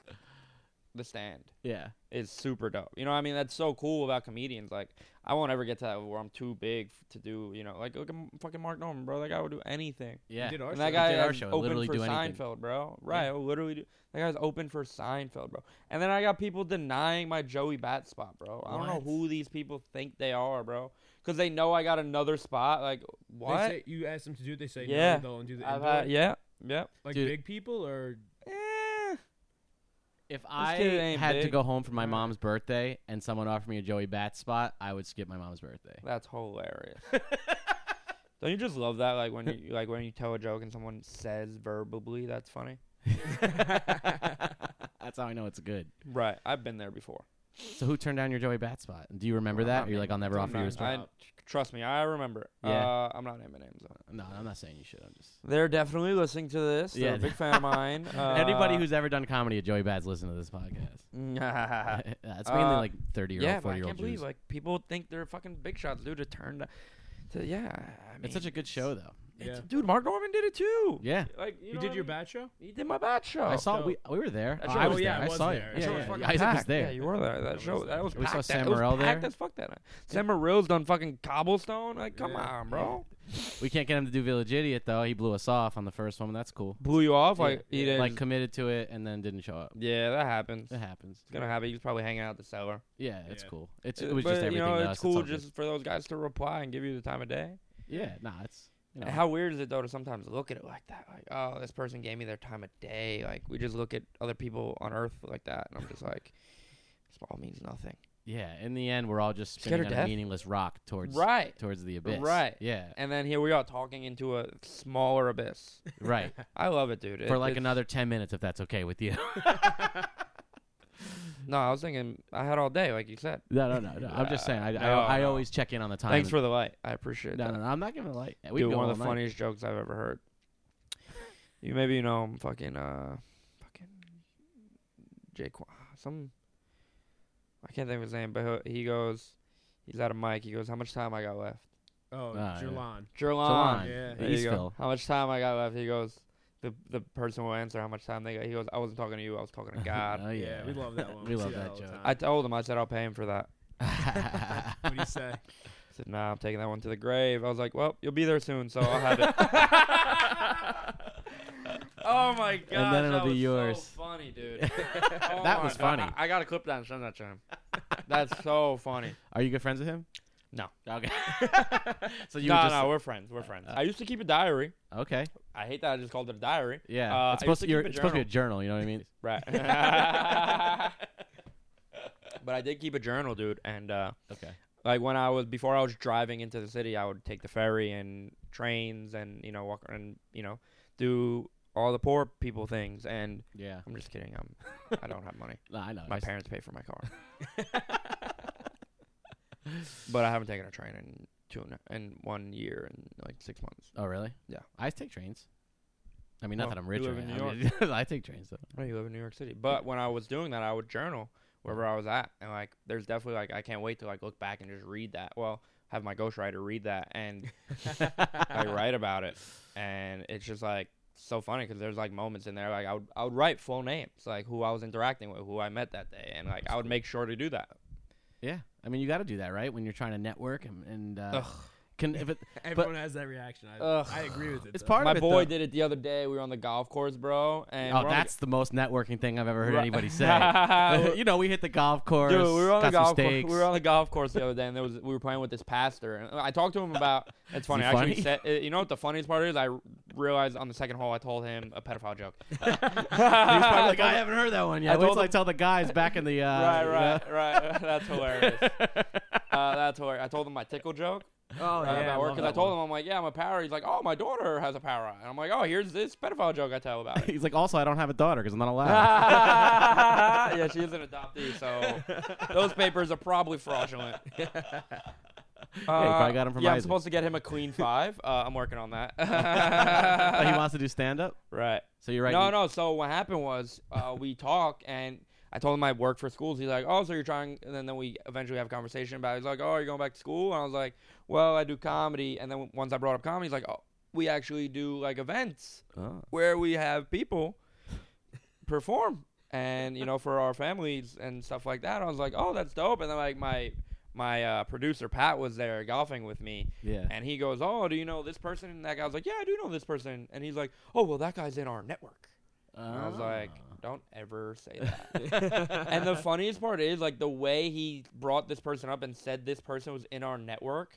Speaker 2: the stand
Speaker 1: Yeah.
Speaker 2: is super dope. You know, what I mean, that's so cool about comedians. Like, I won't ever get to that where I'm too big f- to do. You know, like look at m- fucking Mark Norman, bro. That guy would do anything.
Speaker 1: Yeah.
Speaker 3: did our
Speaker 2: And
Speaker 3: show.
Speaker 2: that
Speaker 3: He
Speaker 2: guy uh,
Speaker 1: did our
Speaker 2: has
Speaker 1: show,
Speaker 2: open
Speaker 1: literally
Speaker 2: for
Speaker 1: do anything.
Speaker 2: Seinfeld, bro. Right, he'll literally. Do, that guy's open for Seinfeld, bro. And then I got people denying my Joey Bat spot, bro. I don't know
Speaker 1: What?
Speaker 2: who these people think they are, bro. Because they know I got another spot. Like,
Speaker 3: They
Speaker 2: what?
Speaker 3: say- you ask them to do, they say
Speaker 2: Yeah.
Speaker 3: no, they'll do the
Speaker 2: I've
Speaker 3: indoor.
Speaker 2: had, yeah, yeah.
Speaker 3: Like
Speaker 1: Dude.
Speaker 3: big people or
Speaker 2: Eh,
Speaker 1: If I
Speaker 2: kid ain't
Speaker 1: had to
Speaker 2: big.
Speaker 1: go home for my
Speaker 3: Right.
Speaker 1: mom's birthday and someone offered me a Joey Bat spot, I would skip my mom's birthday.
Speaker 2: that's hilarious. Don't you just love that? Like when you like when you tell a joke and someone says verbally, that's funny.
Speaker 1: that's how I know it's good.
Speaker 2: Right, I've been there before.
Speaker 1: So who turned down your Joey Bat spot? Do you remember
Speaker 2: Well,
Speaker 1: that?
Speaker 2: not
Speaker 1: Or you're
Speaker 2: me.
Speaker 1: like, I'll never
Speaker 3: Don't
Speaker 1: offer you a
Speaker 3: mind.
Speaker 1: spot.
Speaker 2: I
Speaker 3: Wow.
Speaker 2: trust me, I remember.
Speaker 1: Yeah.
Speaker 2: Uh, I'm not naming names. Though.
Speaker 1: No, I'm not saying you should. I'm just
Speaker 2: They're definitely listening to this. They're
Speaker 1: Yeah.
Speaker 2: a big fan of mine. Uh,
Speaker 1: anybody who's ever done comedy at Joey Bad's listen to this podcast.
Speaker 2: yeah,
Speaker 1: That's mainly
Speaker 2: Uh,
Speaker 1: like thirty year
Speaker 2: but
Speaker 1: old, forty
Speaker 2: I
Speaker 1: year old
Speaker 2: can't believe
Speaker 1: Jews.
Speaker 2: like people think they're fucking big shots, dude. To turn, to, to yeah. I
Speaker 1: it's such a
Speaker 2: mean,
Speaker 1: good show though.
Speaker 3: Yeah.
Speaker 2: Dude, Mark Norman did it too.
Speaker 1: Yeah.
Speaker 2: Like you,
Speaker 3: You
Speaker 2: know
Speaker 3: did
Speaker 2: what
Speaker 3: your
Speaker 2: I mean?
Speaker 3: bat show?
Speaker 2: He did my bat show.
Speaker 1: I saw
Speaker 3: so-
Speaker 1: we we were there.
Speaker 2: Oh, That
Speaker 1: Oh,
Speaker 2: show
Speaker 1: I
Speaker 2: was-
Speaker 1: was
Speaker 3: yeah,
Speaker 1: there.
Speaker 3: it
Speaker 1: I
Speaker 3: was
Speaker 1: saw
Speaker 3: there.
Speaker 1: you.
Speaker 3: That
Speaker 1: Yeah,
Speaker 3: show
Speaker 1: yeah,
Speaker 3: was
Speaker 1: yeah.
Speaker 2: fucking
Speaker 1: Isaac was
Speaker 2: packed.
Speaker 1: there.
Speaker 2: Yeah, you were there. That show that was
Speaker 1: We saw
Speaker 2: packed.
Speaker 1: Sam
Speaker 2: That was
Speaker 1: Morril
Speaker 2: packed
Speaker 1: there.
Speaker 2: as fuck that night. Sam Morril's done fucking cobblestone. Like, come
Speaker 3: Yeah.
Speaker 2: on, bro.
Speaker 1: we can't get him to do Village Idiot though. He blew us off on the first one. That's cool.
Speaker 2: Blew you off like
Speaker 1: yeah,
Speaker 2: he did.
Speaker 1: like committed to it and then didn't show up.
Speaker 2: yeah, that happens.
Speaker 1: It happens.
Speaker 2: It's gonna happen. He was probably hanging out at the cellar.
Speaker 1: Yeah, it's
Speaker 3: Yeah.
Speaker 1: cool. It's,
Speaker 2: Uh,
Speaker 1: it was
Speaker 2: but,
Speaker 1: just everything.
Speaker 2: you know,
Speaker 1: to
Speaker 2: it's
Speaker 1: us. all
Speaker 2: cool
Speaker 1: good.
Speaker 2: just for those guys to reply and give you the time of day.
Speaker 1: yeah. Nah, it's you know,
Speaker 2: And how weird is it though to sometimes look at it like that? Like, oh, this person gave me their time of day. Like, we just look at other people on Earth like that, and I'm just like, this all means nothing.
Speaker 1: yeah. In the end, we're all just
Speaker 2: Scared
Speaker 1: spinning
Speaker 2: to
Speaker 1: on a
Speaker 2: death?
Speaker 1: meaningless rock towards
Speaker 2: Right.
Speaker 1: towards the abyss.
Speaker 2: Right.
Speaker 1: Yeah.
Speaker 2: And then here we are talking into a smaller abyss.
Speaker 1: Right.
Speaker 2: I love it, dude.
Speaker 1: for
Speaker 2: It-
Speaker 1: like
Speaker 2: it's-
Speaker 1: another ten minutes, if that's okay with you.
Speaker 2: No, I was thinking I had all day, like you said.
Speaker 1: no, no, no, no. I'm just saying. I,
Speaker 2: No,
Speaker 1: I, I
Speaker 2: no.
Speaker 1: always check in on the time.
Speaker 2: Thanks for the light. I appreciate
Speaker 1: No,
Speaker 2: that.
Speaker 1: no, no. I'm not giving a light. We can
Speaker 2: Dude,
Speaker 1: go
Speaker 2: one
Speaker 1: all
Speaker 2: of the
Speaker 1: night.
Speaker 2: funniest jokes I've ever heard. You maybe you know him, fucking uh, fucking Jake, some I can't think of his name, but he he goes, he's at a mic. He goes, how much time I got left?
Speaker 3: Oh,
Speaker 2: Uh,
Speaker 1: Ah, yeah.
Speaker 3: Jerlon.
Speaker 2: Jerlon.
Speaker 3: Yeah.
Speaker 2: There
Speaker 1: East
Speaker 2: you go. Oh,
Speaker 1: Phil.
Speaker 2: How much time I got left? He goes, the the person will answer how much time they got. He goes, I wasn't talking to you. I was talking to God.
Speaker 1: oh
Speaker 3: Yeah.
Speaker 1: yeah.
Speaker 3: we love that one.
Speaker 1: We love
Speaker 3: see
Speaker 1: that
Speaker 3: all the
Speaker 1: joke.
Speaker 3: time.
Speaker 2: I told him. I said I'll pay him for that.
Speaker 3: what do you say?
Speaker 2: I said, nah, I'm taking that one to the grave. I was like, well, you'll be there soon, so I'll have it. oh my god.
Speaker 1: then it'll be yours.
Speaker 2: funny, dude. Oh
Speaker 1: That
Speaker 2: my
Speaker 1: was
Speaker 2: God.
Speaker 1: funny.
Speaker 2: I, got to clip that and send that to him. That's so funny.
Speaker 1: Are you good friends with him?
Speaker 2: No.
Speaker 1: Okay. so you
Speaker 2: no,
Speaker 1: were just Uh,
Speaker 2: no, we're friends. We're friends. I used to keep a diary.
Speaker 1: okay.
Speaker 2: I hate that I just called it a diary.
Speaker 1: Yeah.
Speaker 2: Uh,
Speaker 1: it's
Speaker 2: I used
Speaker 1: supposed
Speaker 2: to
Speaker 1: to, you're,
Speaker 2: keep a
Speaker 1: it's supposed to be a journal. You know what I mean?
Speaker 2: Right. but I did keep a journal, dude, and uh,
Speaker 1: Okay.
Speaker 2: like when I was before I was driving into the city, I would take the ferry and trains and you know walk and you know do all the poor people things. And
Speaker 1: Yeah.
Speaker 2: I'm just kidding. I'm I don't have money.
Speaker 1: No, I know.
Speaker 2: My
Speaker 1: It's-
Speaker 2: parents pay for my car, but I haven't taken a train in two and a- in one year and like six months.
Speaker 1: Oh really?
Speaker 2: Yeah.
Speaker 1: I take trains. I mean, not
Speaker 2: Well,
Speaker 1: that I'm rich
Speaker 2: you
Speaker 1: or
Speaker 2: live in
Speaker 1: anything.
Speaker 2: New
Speaker 1: I, mean, I take trains though.
Speaker 2: I Oh, you live in New York City, but when I was doing that, I would journal wherever I was at, and like there's definitely like I can't wait to like look back and just read that. Well, have my ghostwriter read that and I write about it, and it's just like so funny because there's like moments in there like I would I would write full names like who I was interacting with, who I met that day, and like I would make sure to do that.
Speaker 1: Yeah. I mean, you got to do that, right? When you're trying to network and, and uh, can if it,
Speaker 3: Everyone has that reaction. I,
Speaker 2: Ugh.
Speaker 3: I agree with it.
Speaker 1: it's
Speaker 3: though.
Speaker 1: part of
Speaker 2: my
Speaker 1: it,
Speaker 2: boy
Speaker 1: though.
Speaker 2: did it the other day. We were on the golf course, bro, and
Speaker 1: Oh,
Speaker 2: we're on the-
Speaker 1: that's the most networking thing I've ever heard
Speaker 2: Right.
Speaker 1: anybody say. you know, we hit the golf course.
Speaker 2: Dude, we were on
Speaker 1: got
Speaker 2: the
Speaker 1: some
Speaker 2: golf. Course, we
Speaker 1: steaks.
Speaker 2: were on the golf course the other day, and there was we were playing with this pastor. And uh, I talked to him about. It's funny.
Speaker 1: he
Speaker 2: I actually,
Speaker 1: funny?
Speaker 2: said, uh, you know what the funniest part is? I r- realized on the second hole, I told him a pedophile joke.
Speaker 1: He was probably like, I haven't heard that one yet. I
Speaker 2: I
Speaker 1: Wait
Speaker 2: told
Speaker 1: till I
Speaker 2: him-
Speaker 1: tell the guys back in the uh,
Speaker 2: right,
Speaker 1: you
Speaker 2: right, right. That's hilarious. uh, that's hilarious. I told him my tickle joke
Speaker 3: Oh,
Speaker 2: uh,
Speaker 3: yeah.
Speaker 2: about work
Speaker 3: love
Speaker 2: because I
Speaker 3: that
Speaker 2: told
Speaker 3: one.
Speaker 2: him I'm like, yeah, I'm a power. He's like, oh, my daughter has a power, eye." and I'm like, oh, here's this pedophile joke I tell about
Speaker 1: know?
Speaker 2: it.
Speaker 1: He's like, also, I don't have a daughter because I'm not allowed.
Speaker 2: yeah, she is an adoptee, so those papers are probably fraudulent. Uh,
Speaker 1: probably got 'em from
Speaker 2: yeah, I'm
Speaker 1: Isaac.
Speaker 2: supposed to get him a queen five. Uh, I'm working on that.
Speaker 1: Oh, he wants to do stand up.
Speaker 2: right.
Speaker 1: So you're right.
Speaker 2: No, no. So what happened was uh, we talk and I told him I work for schools. He's like, oh, so you're trying. And then, then we eventually have a conversation about. It. He's like, oh, you're going back to school. And I was like, well, I do comedy. And then once I brought up comedy, he's like, oh, we actually do like events
Speaker 1: Oh,
Speaker 2: where we have people perform and you know for our families and stuff like that. I was like, oh, that's dope. And then like my my uh, producer Pat was there golfing with me,
Speaker 1: Yeah.
Speaker 2: and he goes, oh, do you know this person? And that guy was like, yeah, I do know this person. And he's like, oh, well, that guy's in our network. And
Speaker 1: Uh-huh.
Speaker 2: I was like,
Speaker 3: Ah.
Speaker 2: don't ever say that. and the funniest part is like the way he brought this person up and said this person was in our network.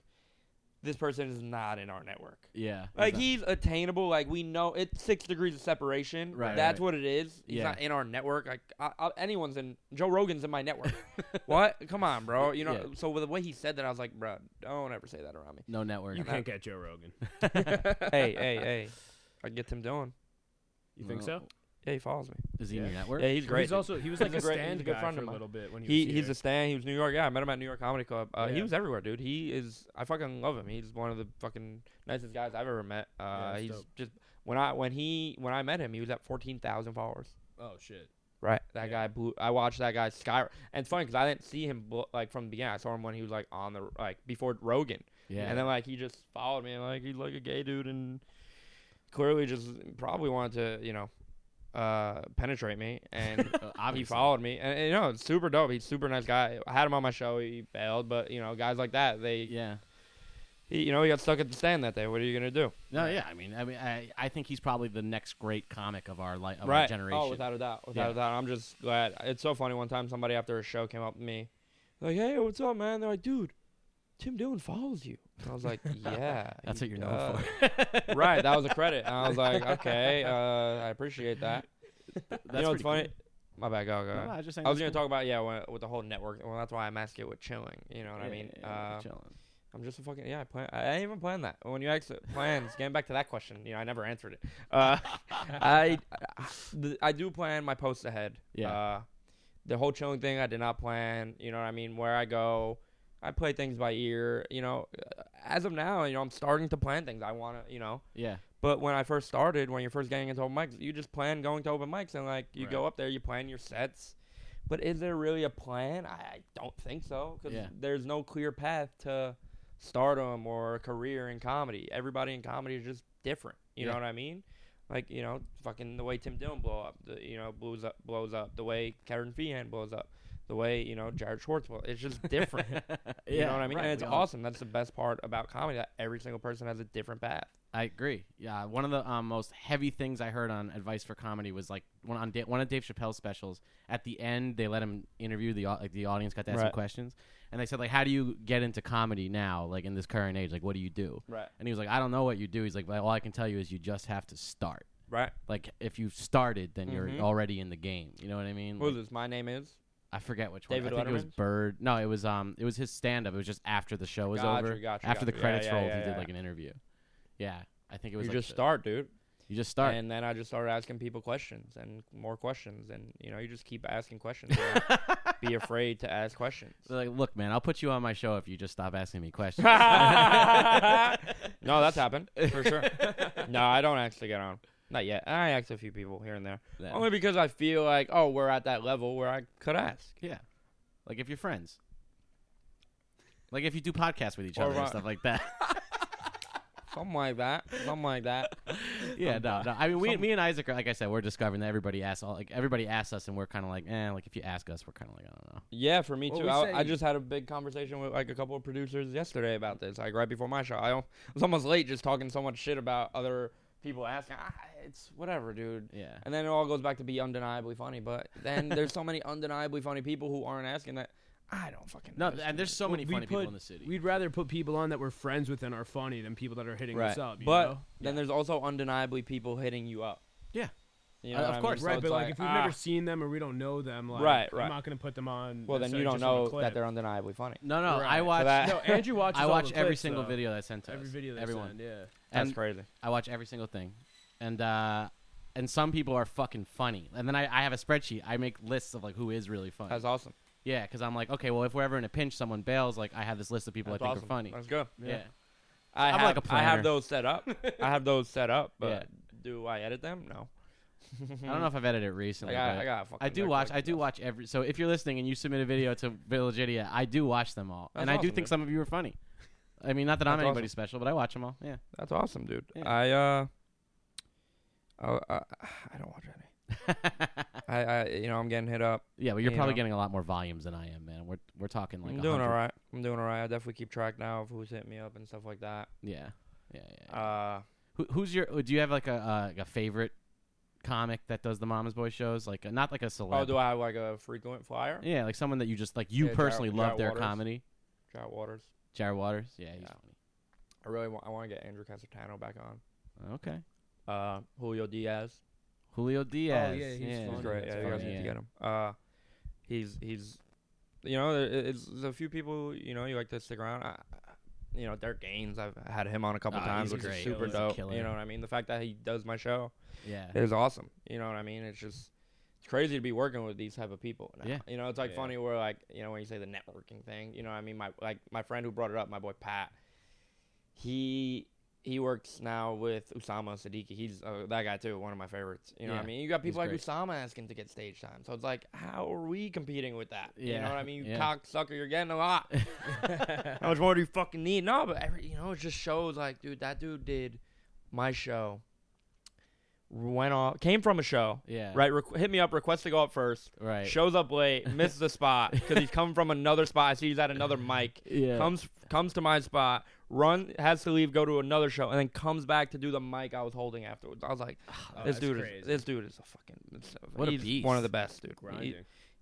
Speaker 2: This person is not in our network.
Speaker 1: yeah.
Speaker 2: Like he's attainable. Like we know it's six degrees of separation.
Speaker 1: Right,
Speaker 2: That's
Speaker 1: right.
Speaker 2: what it is. He's
Speaker 1: Yeah.
Speaker 2: not in our network. Like I, I, anyone's in Joe Rogan's in my network. what? Come on, bro. You know.
Speaker 1: Yeah.
Speaker 2: So with the way he said that, I was like, bro, don't ever say that around me.
Speaker 1: no network.
Speaker 3: You can't get Joe Rogan.
Speaker 2: hey, hey, hey. I get Tim Dillon.
Speaker 3: You think
Speaker 1: No.
Speaker 3: so?
Speaker 2: Yeah, he follows me.
Speaker 1: Is he in
Speaker 2: Yeah.
Speaker 1: your network?
Speaker 2: Yeah, he's great.
Speaker 3: He's
Speaker 2: dude.
Speaker 3: also he was
Speaker 2: He's
Speaker 3: like
Speaker 2: a
Speaker 3: a
Speaker 2: great- he's
Speaker 3: stand
Speaker 2: a good
Speaker 3: guy
Speaker 2: friend
Speaker 3: for
Speaker 2: of mine.
Speaker 3: a little bit when he,
Speaker 2: he,
Speaker 3: was
Speaker 2: he's
Speaker 3: here.
Speaker 2: a stan. He was New York. Yeah, I met him at New York Comedy Club. Uh, He
Speaker 3: Yeah.
Speaker 2: was everywhere, dude. He is. I fucking love him. He's one of the fucking nicest guys I've ever met. Uh,
Speaker 3: that's
Speaker 2: he's
Speaker 3: dope.
Speaker 2: just when I when he when I met him, he was at fourteen thousand followers.
Speaker 3: oh shit.
Speaker 2: Right. That
Speaker 3: Yeah.
Speaker 2: guy blew. I watched that guy sky. And it's funny because I didn't see him blo- like from the beginning. I saw him when he was like on the like before Rogan.
Speaker 1: Yeah.
Speaker 2: And then like he just followed me and like he's like a gay dude and clearly just probably wanted to, you know, uh, penetrate me and
Speaker 1: Uh,
Speaker 2: he
Speaker 1: obviously.
Speaker 2: followed me. And, and, you know, it's super dope. He's a super nice guy. I had him on my show, he failed, but you know, guys like that, they
Speaker 1: Yeah.
Speaker 2: he, you know, he got stuck at the stand that day. What are you gonna do?
Speaker 1: No, yeah. I mean, I mean, I, I think he's probably the next great comic of our li- of our generation.
Speaker 2: Oh, without a doubt. Without
Speaker 1: Yeah.
Speaker 2: a doubt. I'm just glad. It's so funny. One time, somebody after a show came up to me, like, "Hey, what's up, man?" They're like, "Dude, Tim Dillon follows you." And I was like, "Yeah."
Speaker 1: That's
Speaker 2: he
Speaker 1: what you're known
Speaker 2: does."
Speaker 1: for.
Speaker 2: right. That was a credit. And I was like, "Okay, uh, I appreciate that." you know,
Speaker 1: pretty
Speaker 2: it's funny. My bad. Go go.
Speaker 1: cool. No, no,
Speaker 2: go.
Speaker 1: I was just saying
Speaker 2: I was
Speaker 1: that's
Speaker 2: gonna
Speaker 1: cool.
Speaker 2: talk about yeah when, with the whole network. Well, that's why I mask it with chilling. You know what I
Speaker 1: Yeah,
Speaker 2: mean?
Speaker 1: yeah, yeah,
Speaker 2: uh,
Speaker 1: chillin'.
Speaker 2: I'm just a fucking yeah. I plan. I didn't even plan that. When you asked plans, getting back to that question, you know, I never answered it. Uh, I, I the- I do plan my posts ahead.
Speaker 1: Yeah.
Speaker 2: Uh, the whole chilling thing, I did not plan. You know what I mean? Where I go, I play things by ear. You know, uh, as of now, you know, I'm starting to plan things. I want to, you know.
Speaker 1: Yeah.
Speaker 2: But when I first started, when you're first getting into open mics, you just plan going to open mics and like you go up there, you plan your sets. But is there really a plan? I I don't think so because
Speaker 1: Yeah.
Speaker 2: there's no clear path to stardom or a career in comedy. Everybody in comedy is just different. You
Speaker 1: Yeah.
Speaker 2: know what I mean? Like you know, fucking the way Tim Dillon blow up, the, you know, blows up, blows up. The way Karen Feehan blows up, the way you know Jared Schwartz will. It's just different. you know what I mean?
Speaker 1: right,
Speaker 2: and it's
Speaker 1: we all-
Speaker 2: awesome. That's the best part about comedy that every single person has a different path.
Speaker 1: I agree. Yeah, one of the um, most heavy things I heard on advice for comedy was like one on da- one of Dave Chappelle's specials. At the end, they let him interview the au- like the audience got to ask him
Speaker 2: Right.
Speaker 1: questions, and they said like, "How do you get into comedy now? Like in this current age, like what do you do?"
Speaker 2: Right.
Speaker 1: And he was like, "I don't know what you do." He's like, "Well, all I can tell you is you just have to start.
Speaker 2: Right.
Speaker 1: Like if you started, then
Speaker 2: Mhm.
Speaker 1: you're already in the game. You know what I mean?"
Speaker 2: What
Speaker 1: Like,
Speaker 2: was this? My name is.
Speaker 1: I forget which one.
Speaker 2: David
Speaker 1: I think it was
Speaker 2: Letterman's?
Speaker 1: Bird. No, it was um, it was his stand up. It was just after the show was
Speaker 2: Gotcha,
Speaker 1: over,
Speaker 2: gotcha,
Speaker 1: after the
Speaker 2: gotcha. Yeah,
Speaker 1: credits
Speaker 2: yeah,
Speaker 1: rolled,
Speaker 2: yeah,
Speaker 1: he did
Speaker 2: yeah.
Speaker 1: like an interview. Yeah, I think it was
Speaker 2: you
Speaker 1: like
Speaker 2: just
Speaker 1: the-
Speaker 2: start, dude.
Speaker 1: You just start.
Speaker 2: And then I just started asking people questions and more questions, and you know, you just keep asking questions. and not be afraid to ask questions.
Speaker 1: They're like, look, man, I'll put you on my show if you just stop asking me questions.
Speaker 2: no, that's happened for sure. No, I don't actually get on. Not yet. I asked a few people here and there,
Speaker 1: Yeah.
Speaker 2: only because I feel like, oh, we're at that level where I could ask.
Speaker 1: yeah. Like if you're friends. Like if you do podcasts with each
Speaker 2: Or
Speaker 1: other and
Speaker 2: what?
Speaker 1: stuff like that.
Speaker 2: Something like that. Something like that.
Speaker 1: yeah, no, no. I mean, we,
Speaker 2: Some-
Speaker 1: me and Isaac, are, like I said, we're discovering that everybody asks all, like everybody asks us, and we're kind of like, eh. Like if you ask us, we're kind of like, I don't know.
Speaker 2: Yeah, for me
Speaker 3: Well,
Speaker 2: too.
Speaker 3: we
Speaker 2: I, I
Speaker 3: say-
Speaker 2: just had a big conversation with like a couple of producers yesterday about this, like right before my show. I al- was almost late just talking so much shit about other people asking. Ah, it's whatever, dude.
Speaker 1: Yeah.
Speaker 2: And then it all goes back to be undeniably funny. But then there's so many undeniably funny people who aren't asking that. I don't fucking
Speaker 1: No,
Speaker 2: know.
Speaker 1: and there's so many
Speaker 3: We
Speaker 1: funny people
Speaker 3: put-
Speaker 1: in the city.
Speaker 3: We'd rather put people on that we're friends with and are funny than people that are hitting us up. You
Speaker 2: but
Speaker 3: know?
Speaker 2: then there's also undeniably people hitting you up.
Speaker 1: Yeah. Uh,
Speaker 2: You know
Speaker 1: of
Speaker 2: what I mean?
Speaker 1: course.
Speaker 2: So
Speaker 1: Right,
Speaker 3: right,
Speaker 2: it's
Speaker 3: but like, if we've
Speaker 2: ah,
Speaker 3: never seen them or we don't know them, like
Speaker 2: Right, right.
Speaker 3: I'm not gonna put them on.
Speaker 2: well, then you don't
Speaker 3: necessarily just on a
Speaker 2: know that
Speaker 3: clip.
Speaker 2: they're undeniably funny.
Speaker 1: no, no,
Speaker 3: Right.
Speaker 1: I
Speaker 3: So
Speaker 1: watch.
Speaker 2: that-
Speaker 3: No, Andrew watches.
Speaker 1: I
Speaker 3: all the
Speaker 1: watch every
Speaker 3: clips,
Speaker 1: single
Speaker 3: though.
Speaker 1: video that's sent to
Speaker 3: Every
Speaker 1: us.
Speaker 3: video. They
Speaker 1: everyone.
Speaker 3: send, yeah.
Speaker 2: That's
Speaker 1: And-
Speaker 2: crazy.
Speaker 1: I watch every single thing, and uh, and some people are fucking funny. And then I, I have a spreadsheet. I make lists of like who is really funny.
Speaker 2: That's awesome.
Speaker 1: yeah, because I'm like, okay, well, if we're ever in a pinch, someone bails. Like I have this list of people
Speaker 2: That's
Speaker 1: I think
Speaker 2: awesome.
Speaker 1: are funny.
Speaker 2: That's good.
Speaker 1: yeah.
Speaker 2: I
Speaker 1: I'm
Speaker 2: have,
Speaker 1: like a
Speaker 2: I
Speaker 1: planner.
Speaker 2: have those set up. I have those set up, but
Speaker 1: Yeah.
Speaker 2: do I edit them? No.
Speaker 1: I don't know if I've edited it
Speaker 2: I
Speaker 1: recently.
Speaker 2: got,
Speaker 1: but
Speaker 2: I got. a fucking
Speaker 1: I do
Speaker 2: deck
Speaker 1: watch.
Speaker 2: like
Speaker 1: I do
Speaker 2: this.
Speaker 1: watch every. So if you're listening and you submit a video to Village Idiot, I do watch them all, and
Speaker 2: That's
Speaker 1: I do think
Speaker 2: awesome, dude.
Speaker 1: some of you are funny. I mean, not that I'm
Speaker 2: That's
Speaker 1: anybody
Speaker 2: awesome.
Speaker 1: special, but I watch them all. Yeah.
Speaker 2: That's awesome, dude.
Speaker 1: Yeah.
Speaker 2: I uh, I, I I don't watch any. I, I you know I'm getting hit up.
Speaker 1: yeah, but you're
Speaker 2: You
Speaker 1: probably
Speaker 2: know.
Speaker 1: getting a lot more volumes than I am, man. We're we're talking like
Speaker 2: I'm doing
Speaker 1: 100.
Speaker 2: all right. I'm doing all right. I definitely keep track now of who's hitting me up and stuff like that.
Speaker 1: Yeah. Yeah. yeah, yeah.
Speaker 2: Uh,
Speaker 1: Who, who's your? Do you have like a uh, like a favorite comic that does the Mama's Boy shows? Like uh, not like a celeb.
Speaker 2: oh, do I have like a frequent flyer?
Speaker 1: yeah, like someone that you just like. You
Speaker 2: Yeah, Jarrett-
Speaker 1: personally love
Speaker 2: Jarrett
Speaker 1: their
Speaker 2: Waters.
Speaker 1: comedy.
Speaker 2: Jared Waters.
Speaker 1: Jared Waters. Yeah, he's
Speaker 2: Yeah. I really want. I want to get Andrew Casertano back on.
Speaker 1: funny. Okay.
Speaker 2: Uh, Julio Diaz.
Speaker 1: Julio Diaz.
Speaker 3: yeah, he's
Speaker 1: yeah.
Speaker 3: funny.
Speaker 2: Oh, He's great.
Speaker 3: That's
Speaker 2: Yeah, you guys
Speaker 3: funny,
Speaker 2: need
Speaker 1: yeah.
Speaker 2: to get him. Uh, he's he's, you know, there- it's, there's a few people you know you like to stick around. I, I- you know, Derek Gaines. I've had him on a couple
Speaker 1: Ah,
Speaker 2: times,
Speaker 1: he's
Speaker 2: which
Speaker 1: great.
Speaker 2: is super
Speaker 1: He's a
Speaker 2: dope.
Speaker 1: killer.
Speaker 2: You know what I mean? The fact that he does my show
Speaker 1: Yeah.
Speaker 2: is awesome. You know what I mean? It's just. It's crazy to be working with these type of people. now.
Speaker 1: Yeah.
Speaker 2: You know, it's like
Speaker 3: Yeah.
Speaker 2: funny where like, you know, when you say the networking thing, you know what I mean? My like my friend who brought it up, my boy Pat, he he works now with Usama Siddiqui. He's uh, that guy too, one of my favorites. You know what
Speaker 1: Yeah,
Speaker 2: I mean? You got
Speaker 1: he's
Speaker 2: people like
Speaker 1: great.
Speaker 2: Usama asking to get stage time. So it's like, how are we competing with that? You
Speaker 1: Yeah,
Speaker 2: know what I mean? You
Speaker 1: yeah.
Speaker 2: cocksucker, you're getting a lot. How much more do you fucking need? No, but every, you know, it just shows like, dude, that dude did my show. Went off, came from a show,
Speaker 1: yeah.
Speaker 2: right? Requ- hit me up, request to go up first.
Speaker 1: Right.
Speaker 2: Shows up late, misses the spot because he's coming from another spot. I see he's at another mic.
Speaker 1: Yeah.
Speaker 2: Comes comes to my spot, run has to leave, go to another show, and then comes back to do the mic I was holding afterwards. I was like, this
Speaker 3: that's
Speaker 2: dude
Speaker 3: crazy.
Speaker 2: is this dude is a fucking it's-
Speaker 1: Oh, What a
Speaker 2: he's
Speaker 1: beast.
Speaker 2: one of the best, dude. He,
Speaker 3: Grinding.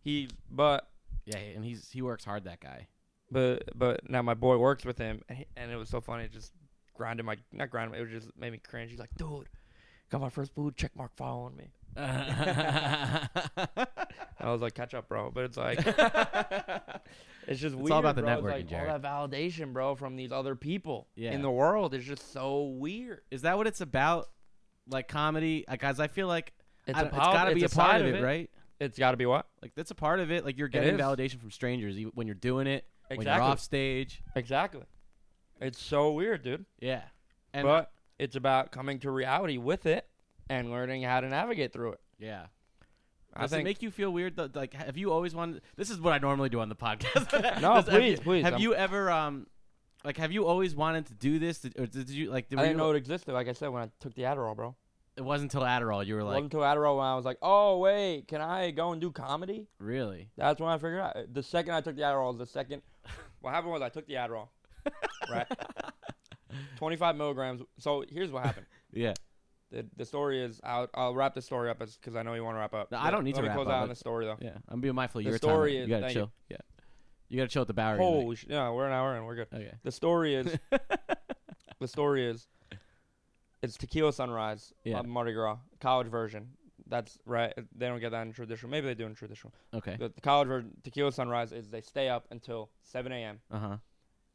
Speaker 2: he but
Speaker 1: yeah, and he's he works hard. That guy.
Speaker 2: but but now my boy works with him, and, he- and it was so funny. It just grinded my not grinded, my- it just made me cringe. He's like, dude, got my first blue check mark following me.
Speaker 1: yeah,
Speaker 2: And I was like, catch up, bro. But it's like, it's just weird.
Speaker 1: all about the
Speaker 2: bro. It's
Speaker 1: networking,
Speaker 2: like,
Speaker 1: Jared.
Speaker 2: All that validation, bro, from these other people
Speaker 1: Yeah.
Speaker 2: in the world is just so weird.
Speaker 1: is that what it's about? Like comedy, because I feel like
Speaker 2: It's,
Speaker 1: I
Speaker 2: a
Speaker 1: don't-
Speaker 2: pol-
Speaker 1: it's got to be a
Speaker 2: it's
Speaker 1: part
Speaker 2: side
Speaker 1: of it, right?
Speaker 2: It's got to be what?
Speaker 1: Like that's a part of it. Like you're getting
Speaker 2: is.
Speaker 1: validation from strangers e- when you're doing it, when you're
Speaker 2: Exactly.
Speaker 1: off stage.
Speaker 2: Exactly. It's so weird, dude.
Speaker 1: Yeah, and
Speaker 2: but it's about coming to reality with it and learning how to navigate through it.
Speaker 1: yeah.
Speaker 2: I
Speaker 1: Does it
Speaker 2: think
Speaker 1: make you feel weird? Though? Like, have you always wanted? This is what I normally do on the podcast.
Speaker 2: No,
Speaker 1: Does- have
Speaker 2: please,
Speaker 1: you-
Speaker 2: please,
Speaker 1: Have
Speaker 2: I'm-
Speaker 1: you ever, um, like, have you always wanted to do this, Did- or did you like? Did,
Speaker 2: I
Speaker 1: were
Speaker 2: didn't
Speaker 1: you-
Speaker 2: know it existed. Like I said, when I took the Adderall, bro.
Speaker 1: it wasn't until Adderall you were like,
Speaker 2: Wasn't until Adderall when I was like, oh wait, can I go and do comedy?
Speaker 1: really?
Speaker 2: That's when I figured out. The second I took the Adderall, was the second. What happened was I took the Adderall, right? 25 milligrams. So here's what happened.
Speaker 1: Yeah,
Speaker 2: The, the story is I'll, I'll wrap the story up because I know you want to wrap up.
Speaker 1: No, I don't need to
Speaker 2: Let me
Speaker 1: wrap
Speaker 2: close
Speaker 1: up.
Speaker 2: out on the story though.
Speaker 1: yeah. I'm being mindful of
Speaker 2: The
Speaker 1: your
Speaker 2: story
Speaker 1: time.
Speaker 2: is-
Speaker 1: you gotta
Speaker 2: thank
Speaker 1: chill.
Speaker 2: you.
Speaker 1: Yeah, you gotta chill at the Bowery. tonight.
Speaker 2: Holy shit! No, we're an hour in. We're good.
Speaker 1: Okay.
Speaker 2: The story is the story is it's tequila sunrise
Speaker 1: Yeah.
Speaker 2: yeah. Mardi Gras college version. That's right. They don't get that in traditional. Maybe they do in traditional.
Speaker 1: Okay.
Speaker 2: The, the college version tequila sunrise is they stay up until 7 a.m.
Speaker 1: Uh huh.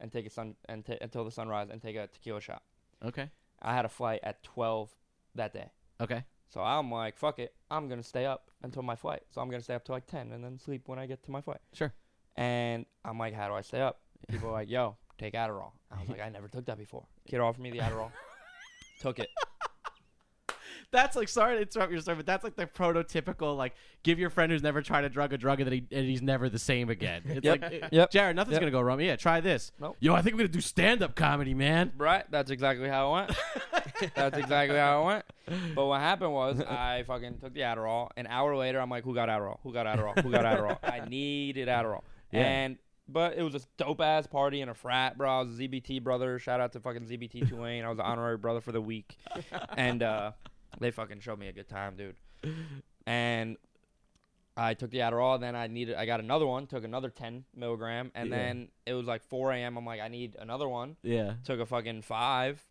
Speaker 2: and take a sun and ta until the sunrise and take a tequila shot.
Speaker 1: Okay.
Speaker 2: I had a flight at 12 that day.
Speaker 1: Okay.
Speaker 2: So I'm like, fuck it. I'm going to stay up until my flight. So I'm going to stay up till like 10 and then sleep when I get to my flight.
Speaker 1: Sure.
Speaker 2: And I'm like, how do I stay up? People are like, yo, take Adderall. I was like, I never took that before. Kid offered me the Adderall. took it.
Speaker 1: That's like sorry to interrupt your story, but that's like the prototypical like give your friend who's never tried a drug a drug and that he and he's never the same again. It's
Speaker 2: Yep.
Speaker 1: like eh,
Speaker 2: Yep.
Speaker 1: Jared, nothing's
Speaker 2: Yep.
Speaker 1: gonna go wrong. Yeah, try this.
Speaker 2: Nope.
Speaker 1: Yo, I think we're gonna do stand up comedy, man.
Speaker 2: Right? That's exactly how it went. That's exactly how it went. But what happened was I fucking took the Adderall. An hour later, I'm like, who got Adderall? Who got Adderall? Who got Adderall? I needed Adderall.
Speaker 1: Yeah.
Speaker 2: And but it was a dope ass party in a frat, bro. I was a ZBT brother. Shout out to fucking ZBT Tulane. I was an honorary brother for the week, and uh, they fucking showed me a good time, dude. And I took the Adderall. Then I needed. I got another one. Took another ten milligram, and
Speaker 1: Yeah.
Speaker 2: then it was like 4 a.m. I'm like, I need another one
Speaker 1: Yeah.
Speaker 2: took a fucking five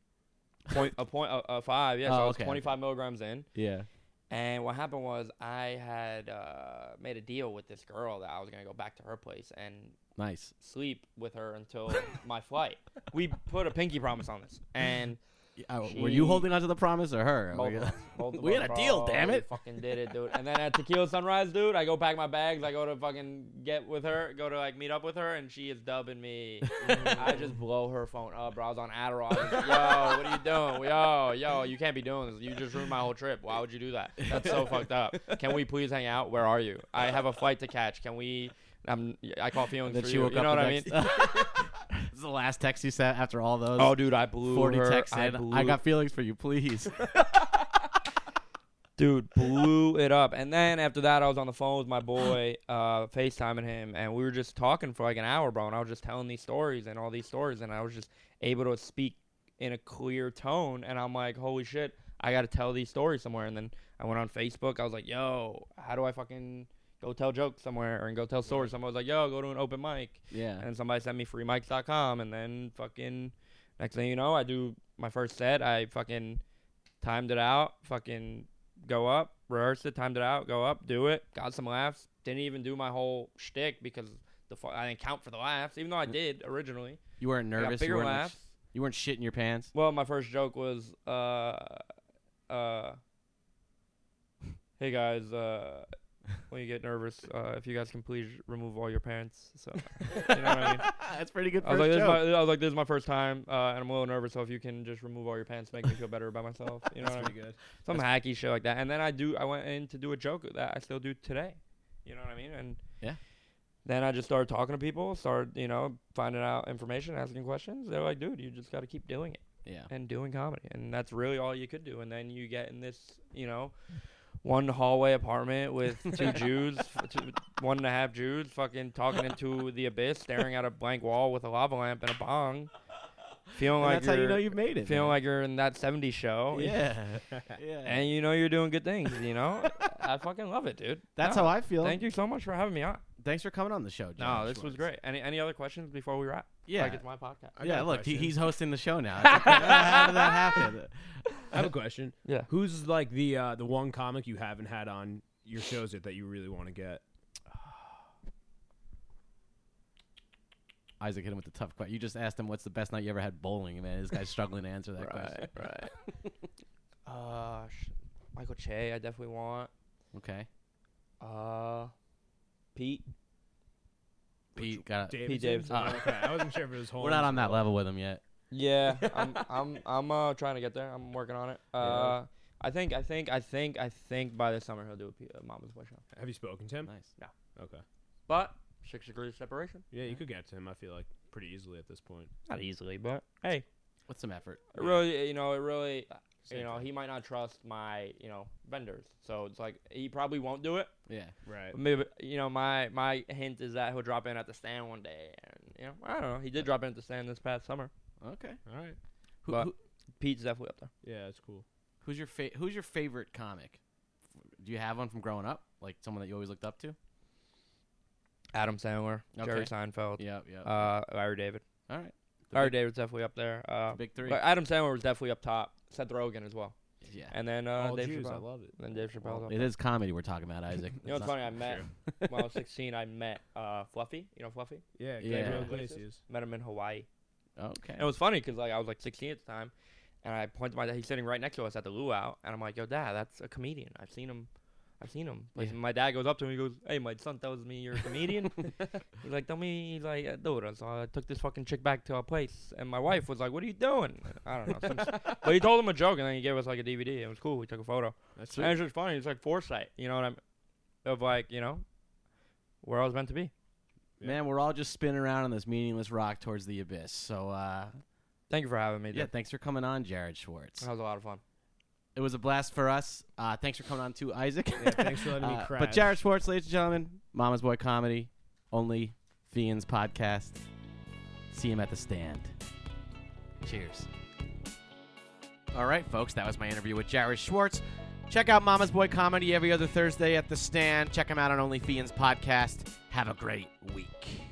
Speaker 2: point a point a, a five yeah so
Speaker 1: Oh,
Speaker 2: i was
Speaker 1: okay.
Speaker 2: 25 milligrams in
Speaker 1: Yeah.
Speaker 2: and what happened was i had uh, made a deal with this girl that i was going to go back to her place and
Speaker 1: Nice.
Speaker 2: sleep with her until my flight we put a pinky promise on this and
Speaker 1: Uh, were you
Speaker 2: She-
Speaker 1: holding onto the promise or her?
Speaker 2: both of us- both of
Speaker 1: we
Speaker 2: us,
Speaker 1: had a
Speaker 2: bro,
Speaker 1: deal, damn
Speaker 2: we
Speaker 1: it.
Speaker 2: fucking did it dude and then at tequila sunrise dude i go pack my bags i go to fucking get with her go to like meet up with her and she is dubbing me I just blow her phone up, bro. I was on Adderall. I was like, yo, what are you doing? Yo, yo, you can't be doing this. You just ruined my whole trip. Why would you do that? That's so fucked up. Can we please hang out? Where are you? I have a flight to catch. Can we? I'm, I call feelings
Speaker 1: And then
Speaker 2: for
Speaker 1: she
Speaker 2: you.
Speaker 1: woke
Speaker 2: you
Speaker 1: up.
Speaker 2: know what
Speaker 1: the
Speaker 2: I mean?
Speaker 1: next- this is the last text you sent after all those.
Speaker 2: Oh, dude, I blew
Speaker 1: 40
Speaker 2: her.
Speaker 1: texts
Speaker 2: I,
Speaker 1: in.
Speaker 2: blew,
Speaker 1: I got feelings for you, please.
Speaker 2: dude blew it up. And then after that, I was on the phone with my boy, uh, FaceTiming him, and we were just talking for like an hour, bro. And I was just telling these stories and all these stories, and I was just able to speak in a clear tone. And I'm like, holy shit, I got to tell these stories somewhere. And then I went on Facebook. I was like, yo, how do I fucking go tell jokes somewhere or go tell stories? Someone was like, yo, go to an open mic.
Speaker 1: yeah.
Speaker 2: And then somebody sent me freemics.com, and then fucking next thing you know, I do my first set. I fucking timed it out, fucking go up, rehearsed it, timed it out, go up, do it, got some laughs. Didn't even do my whole shtick because the fu- I didn't count for the laughs, even though I did originally.
Speaker 1: You weren't
Speaker 2: I got
Speaker 1: nervous. You
Speaker 2: bigger
Speaker 1: weren't,
Speaker 2: laughs.
Speaker 1: you weren't shitting your pants.
Speaker 2: Well, my first joke was, uh, uh, hey guys, uh, when you get nervous. Uh, if you guys can please remove all your parents. So you know what I mean.
Speaker 1: That's pretty good
Speaker 2: I was, like, this is my, I was like, this is my first time, uh, and I'm a little nervous. So if you can just remove all your pants, make me feel better about myself. You know what I mean?
Speaker 3: Pretty good.
Speaker 2: Some hacky shit like that. And then I do. I went in to do a joke that I still do today. You know what I mean? And
Speaker 1: Yeah.
Speaker 2: Then I just started talking to people, started you know finding out information, asking questions. They're like, dude, you just got to keep doing it
Speaker 1: yeah.
Speaker 2: and doing comedy and that's really all you could do and then you get in this you know one hallway apartment with two jews f- two, one and a half jews fucking talking into the abyss staring at a blank wall with a lava lamp and a bong feeling like
Speaker 1: that's how you
Speaker 2: you're-
Speaker 1: know you've made it.
Speaker 2: feeling like you're in that 70s show
Speaker 1: yeah, yeah.
Speaker 2: and you know you're doing good things you know i fucking love it dude
Speaker 1: that's
Speaker 2: No,
Speaker 1: how I feel.
Speaker 2: thank you so much for having me on
Speaker 1: Thanks for coming on the show.
Speaker 2: no
Speaker 1: John
Speaker 2: this was
Speaker 1: Schwartz.
Speaker 2: great any any other questions before we wrap
Speaker 1: Yeah,
Speaker 2: like it's my podcast
Speaker 3: I got
Speaker 1: yeah.
Speaker 3: a
Speaker 1: Look, he,
Speaker 3: question.
Speaker 1: he's hosting the show now. It's like, how did that happen?
Speaker 3: I have a question.
Speaker 2: yeah
Speaker 3: Who's like the uh, the one comic you haven't had on your shows yet that you really want to get?
Speaker 1: Isaac hit him with the tough question. You just asked him what's the best night you ever had bowling, man. This guy's struggling to answer that question.
Speaker 2: right. uh, sh- Michael Che, I definitely want.
Speaker 1: Okay,
Speaker 2: Uh, Pete.
Speaker 1: Pete got.
Speaker 3: Davidson? Oh,
Speaker 2: Pete Davidson.
Speaker 1: Ah.
Speaker 3: okay, I wasn't sure if it was Holmes.
Speaker 1: We're not on
Speaker 3: or-
Speaker 1: that level with him yet.
Speaker 2: Yeah, I'm, I'm, I'm uh, trying to get there. I'm working on it. Uh, I think, I think, I think, I think by the summer he'll do a P- uh, Mama's Boy show.
Speaker 3: Have you spoken to him?
Speaker 1: Nice.
Speaker 3: Okay.
Speaker 2: But six degrees separation.
Speaker 3: Yeah, you could get to him. I feel like pretty easily at this point.
Speaker 2: Not easily, but hey,
Speaker 1: What's some effort?
Speaker 2: it really, you know, it really,
Speaker 3: Same
Speaker 2: you know,
Speaker 3: thing.
Speaker 2: he might not trust my, you know, vendors. So it's like he probably won't do it.
Speaker 1: Yeah.
Speaker 3: Right.
Speaker 2: Maybe you know my my hint is that he'll drop in at the stand one day, and you know I don't know. He did drop in at the stand this past summer.
Speaker 1: Okay.
Speaker 3: All right.
Speaker 1: Who,
Speaker 2: But-
Speaker 1: who,
Speaker 2: Pete's definitely up there.
Speaker 3: Yeah, that's cool.
Speaker 1: who's your fa- Who's your favorite comic? Do you have one from growing up? Like someone that you always looked up to?
Speaker 2: Adam Sandler,
Speaker 1: Okay.
Speaker 2: Jerry Seinfeld,
Speaker 1: Yeah. Yeah.
Speaker 2: uh, Larry David.
Speaker 1: All right. The
Speaker 2: Larry
Speaker 1: big-
Speaker 2: David's definitely up there. Uh,
Speaker 1: the big three.
Speaker 2: but Adam Sandler was definitely up top. Seth Rogen as well,
Speaker 1: yeah.
Speaker 2: and then uh,
Speaker 3: All
Speaker 2: Dave
Speaker 3: Jews. I
Speaker 2: Chappelle.
Speaker 3: love it.
Speaker 2: And then Dave Chappelle's up
Speaker 1: It
Speaker 2: there.
Speaker 1: is comedy we're talking about, Isaac.
Speaker 2: You know
Speaker 1: It's
Speaker 2: what's
Speaker 1: not-
Speaker 2: funny? I met when I was 16. I met uh, Fluffy. You know Fluffy.
Speaker 3: Yeah,
Speaker 1: Yeah.
Speaker 3: Gabriel
Speaker 2: Places.
Speaker 3: Iglesias.
Speaker 2: Met him in Hawaii.
Speaker 1: Okay.
Speaker 2: And it was funny because like I was like 16 at the time, and I pointed to my dad. He's sitting right next to us at the luau, and I'm like, "Yo, dad, that's a comedian. I've seen him. I've seen him." Like
Speaker 1: Yeah.
Speaker 2: my dad goes up to him, he goes, "Hey, my son tells me you're a comedian." he's like, "Tell me, he's like, "Uh, dude, I saw- I took this fucking chick back to our place, and my wife was like, "What are you doing?" I don't know. some s- but he told him a joke, and then he gave us like a DVD. It was cool. We took a photo.
Speaker 3: That's
Speaker 2: And it's just funny. It's like foresight, you know what I'm, of like you know, where I was meant to be.
Speaker 3: Yeah.
Speaker 1: Man, we're all just spinning around on this meaningless rock towards the abyss. So, uh,
Speaker 2: Thank you for having me.
Speaker 1: yeah,
Speaker 2: Dude.
Speaker 1: thanks for coming on, Jared Schwartz.
Speaker 2: That was a lot of fun.
Speaker 1: It was a blast for us. Uh, thanks for coming on, too, Isaac.
Speaker 3: Yeah, thanks for letting me
Speaker 1: Uh, But
Speaker 3: crash.
Speaker 1: Jared Schwartz, ladies and gentlemen, Mama's Boy Comedy, only Fiends podcast. See him at the stand. Cheers. All right, folks, that was my interview with Jared Schwartz. Check out Mama's Boy Comedy every other Thursday at the stand. Check him out on Only Fiends podcast. Have a great week.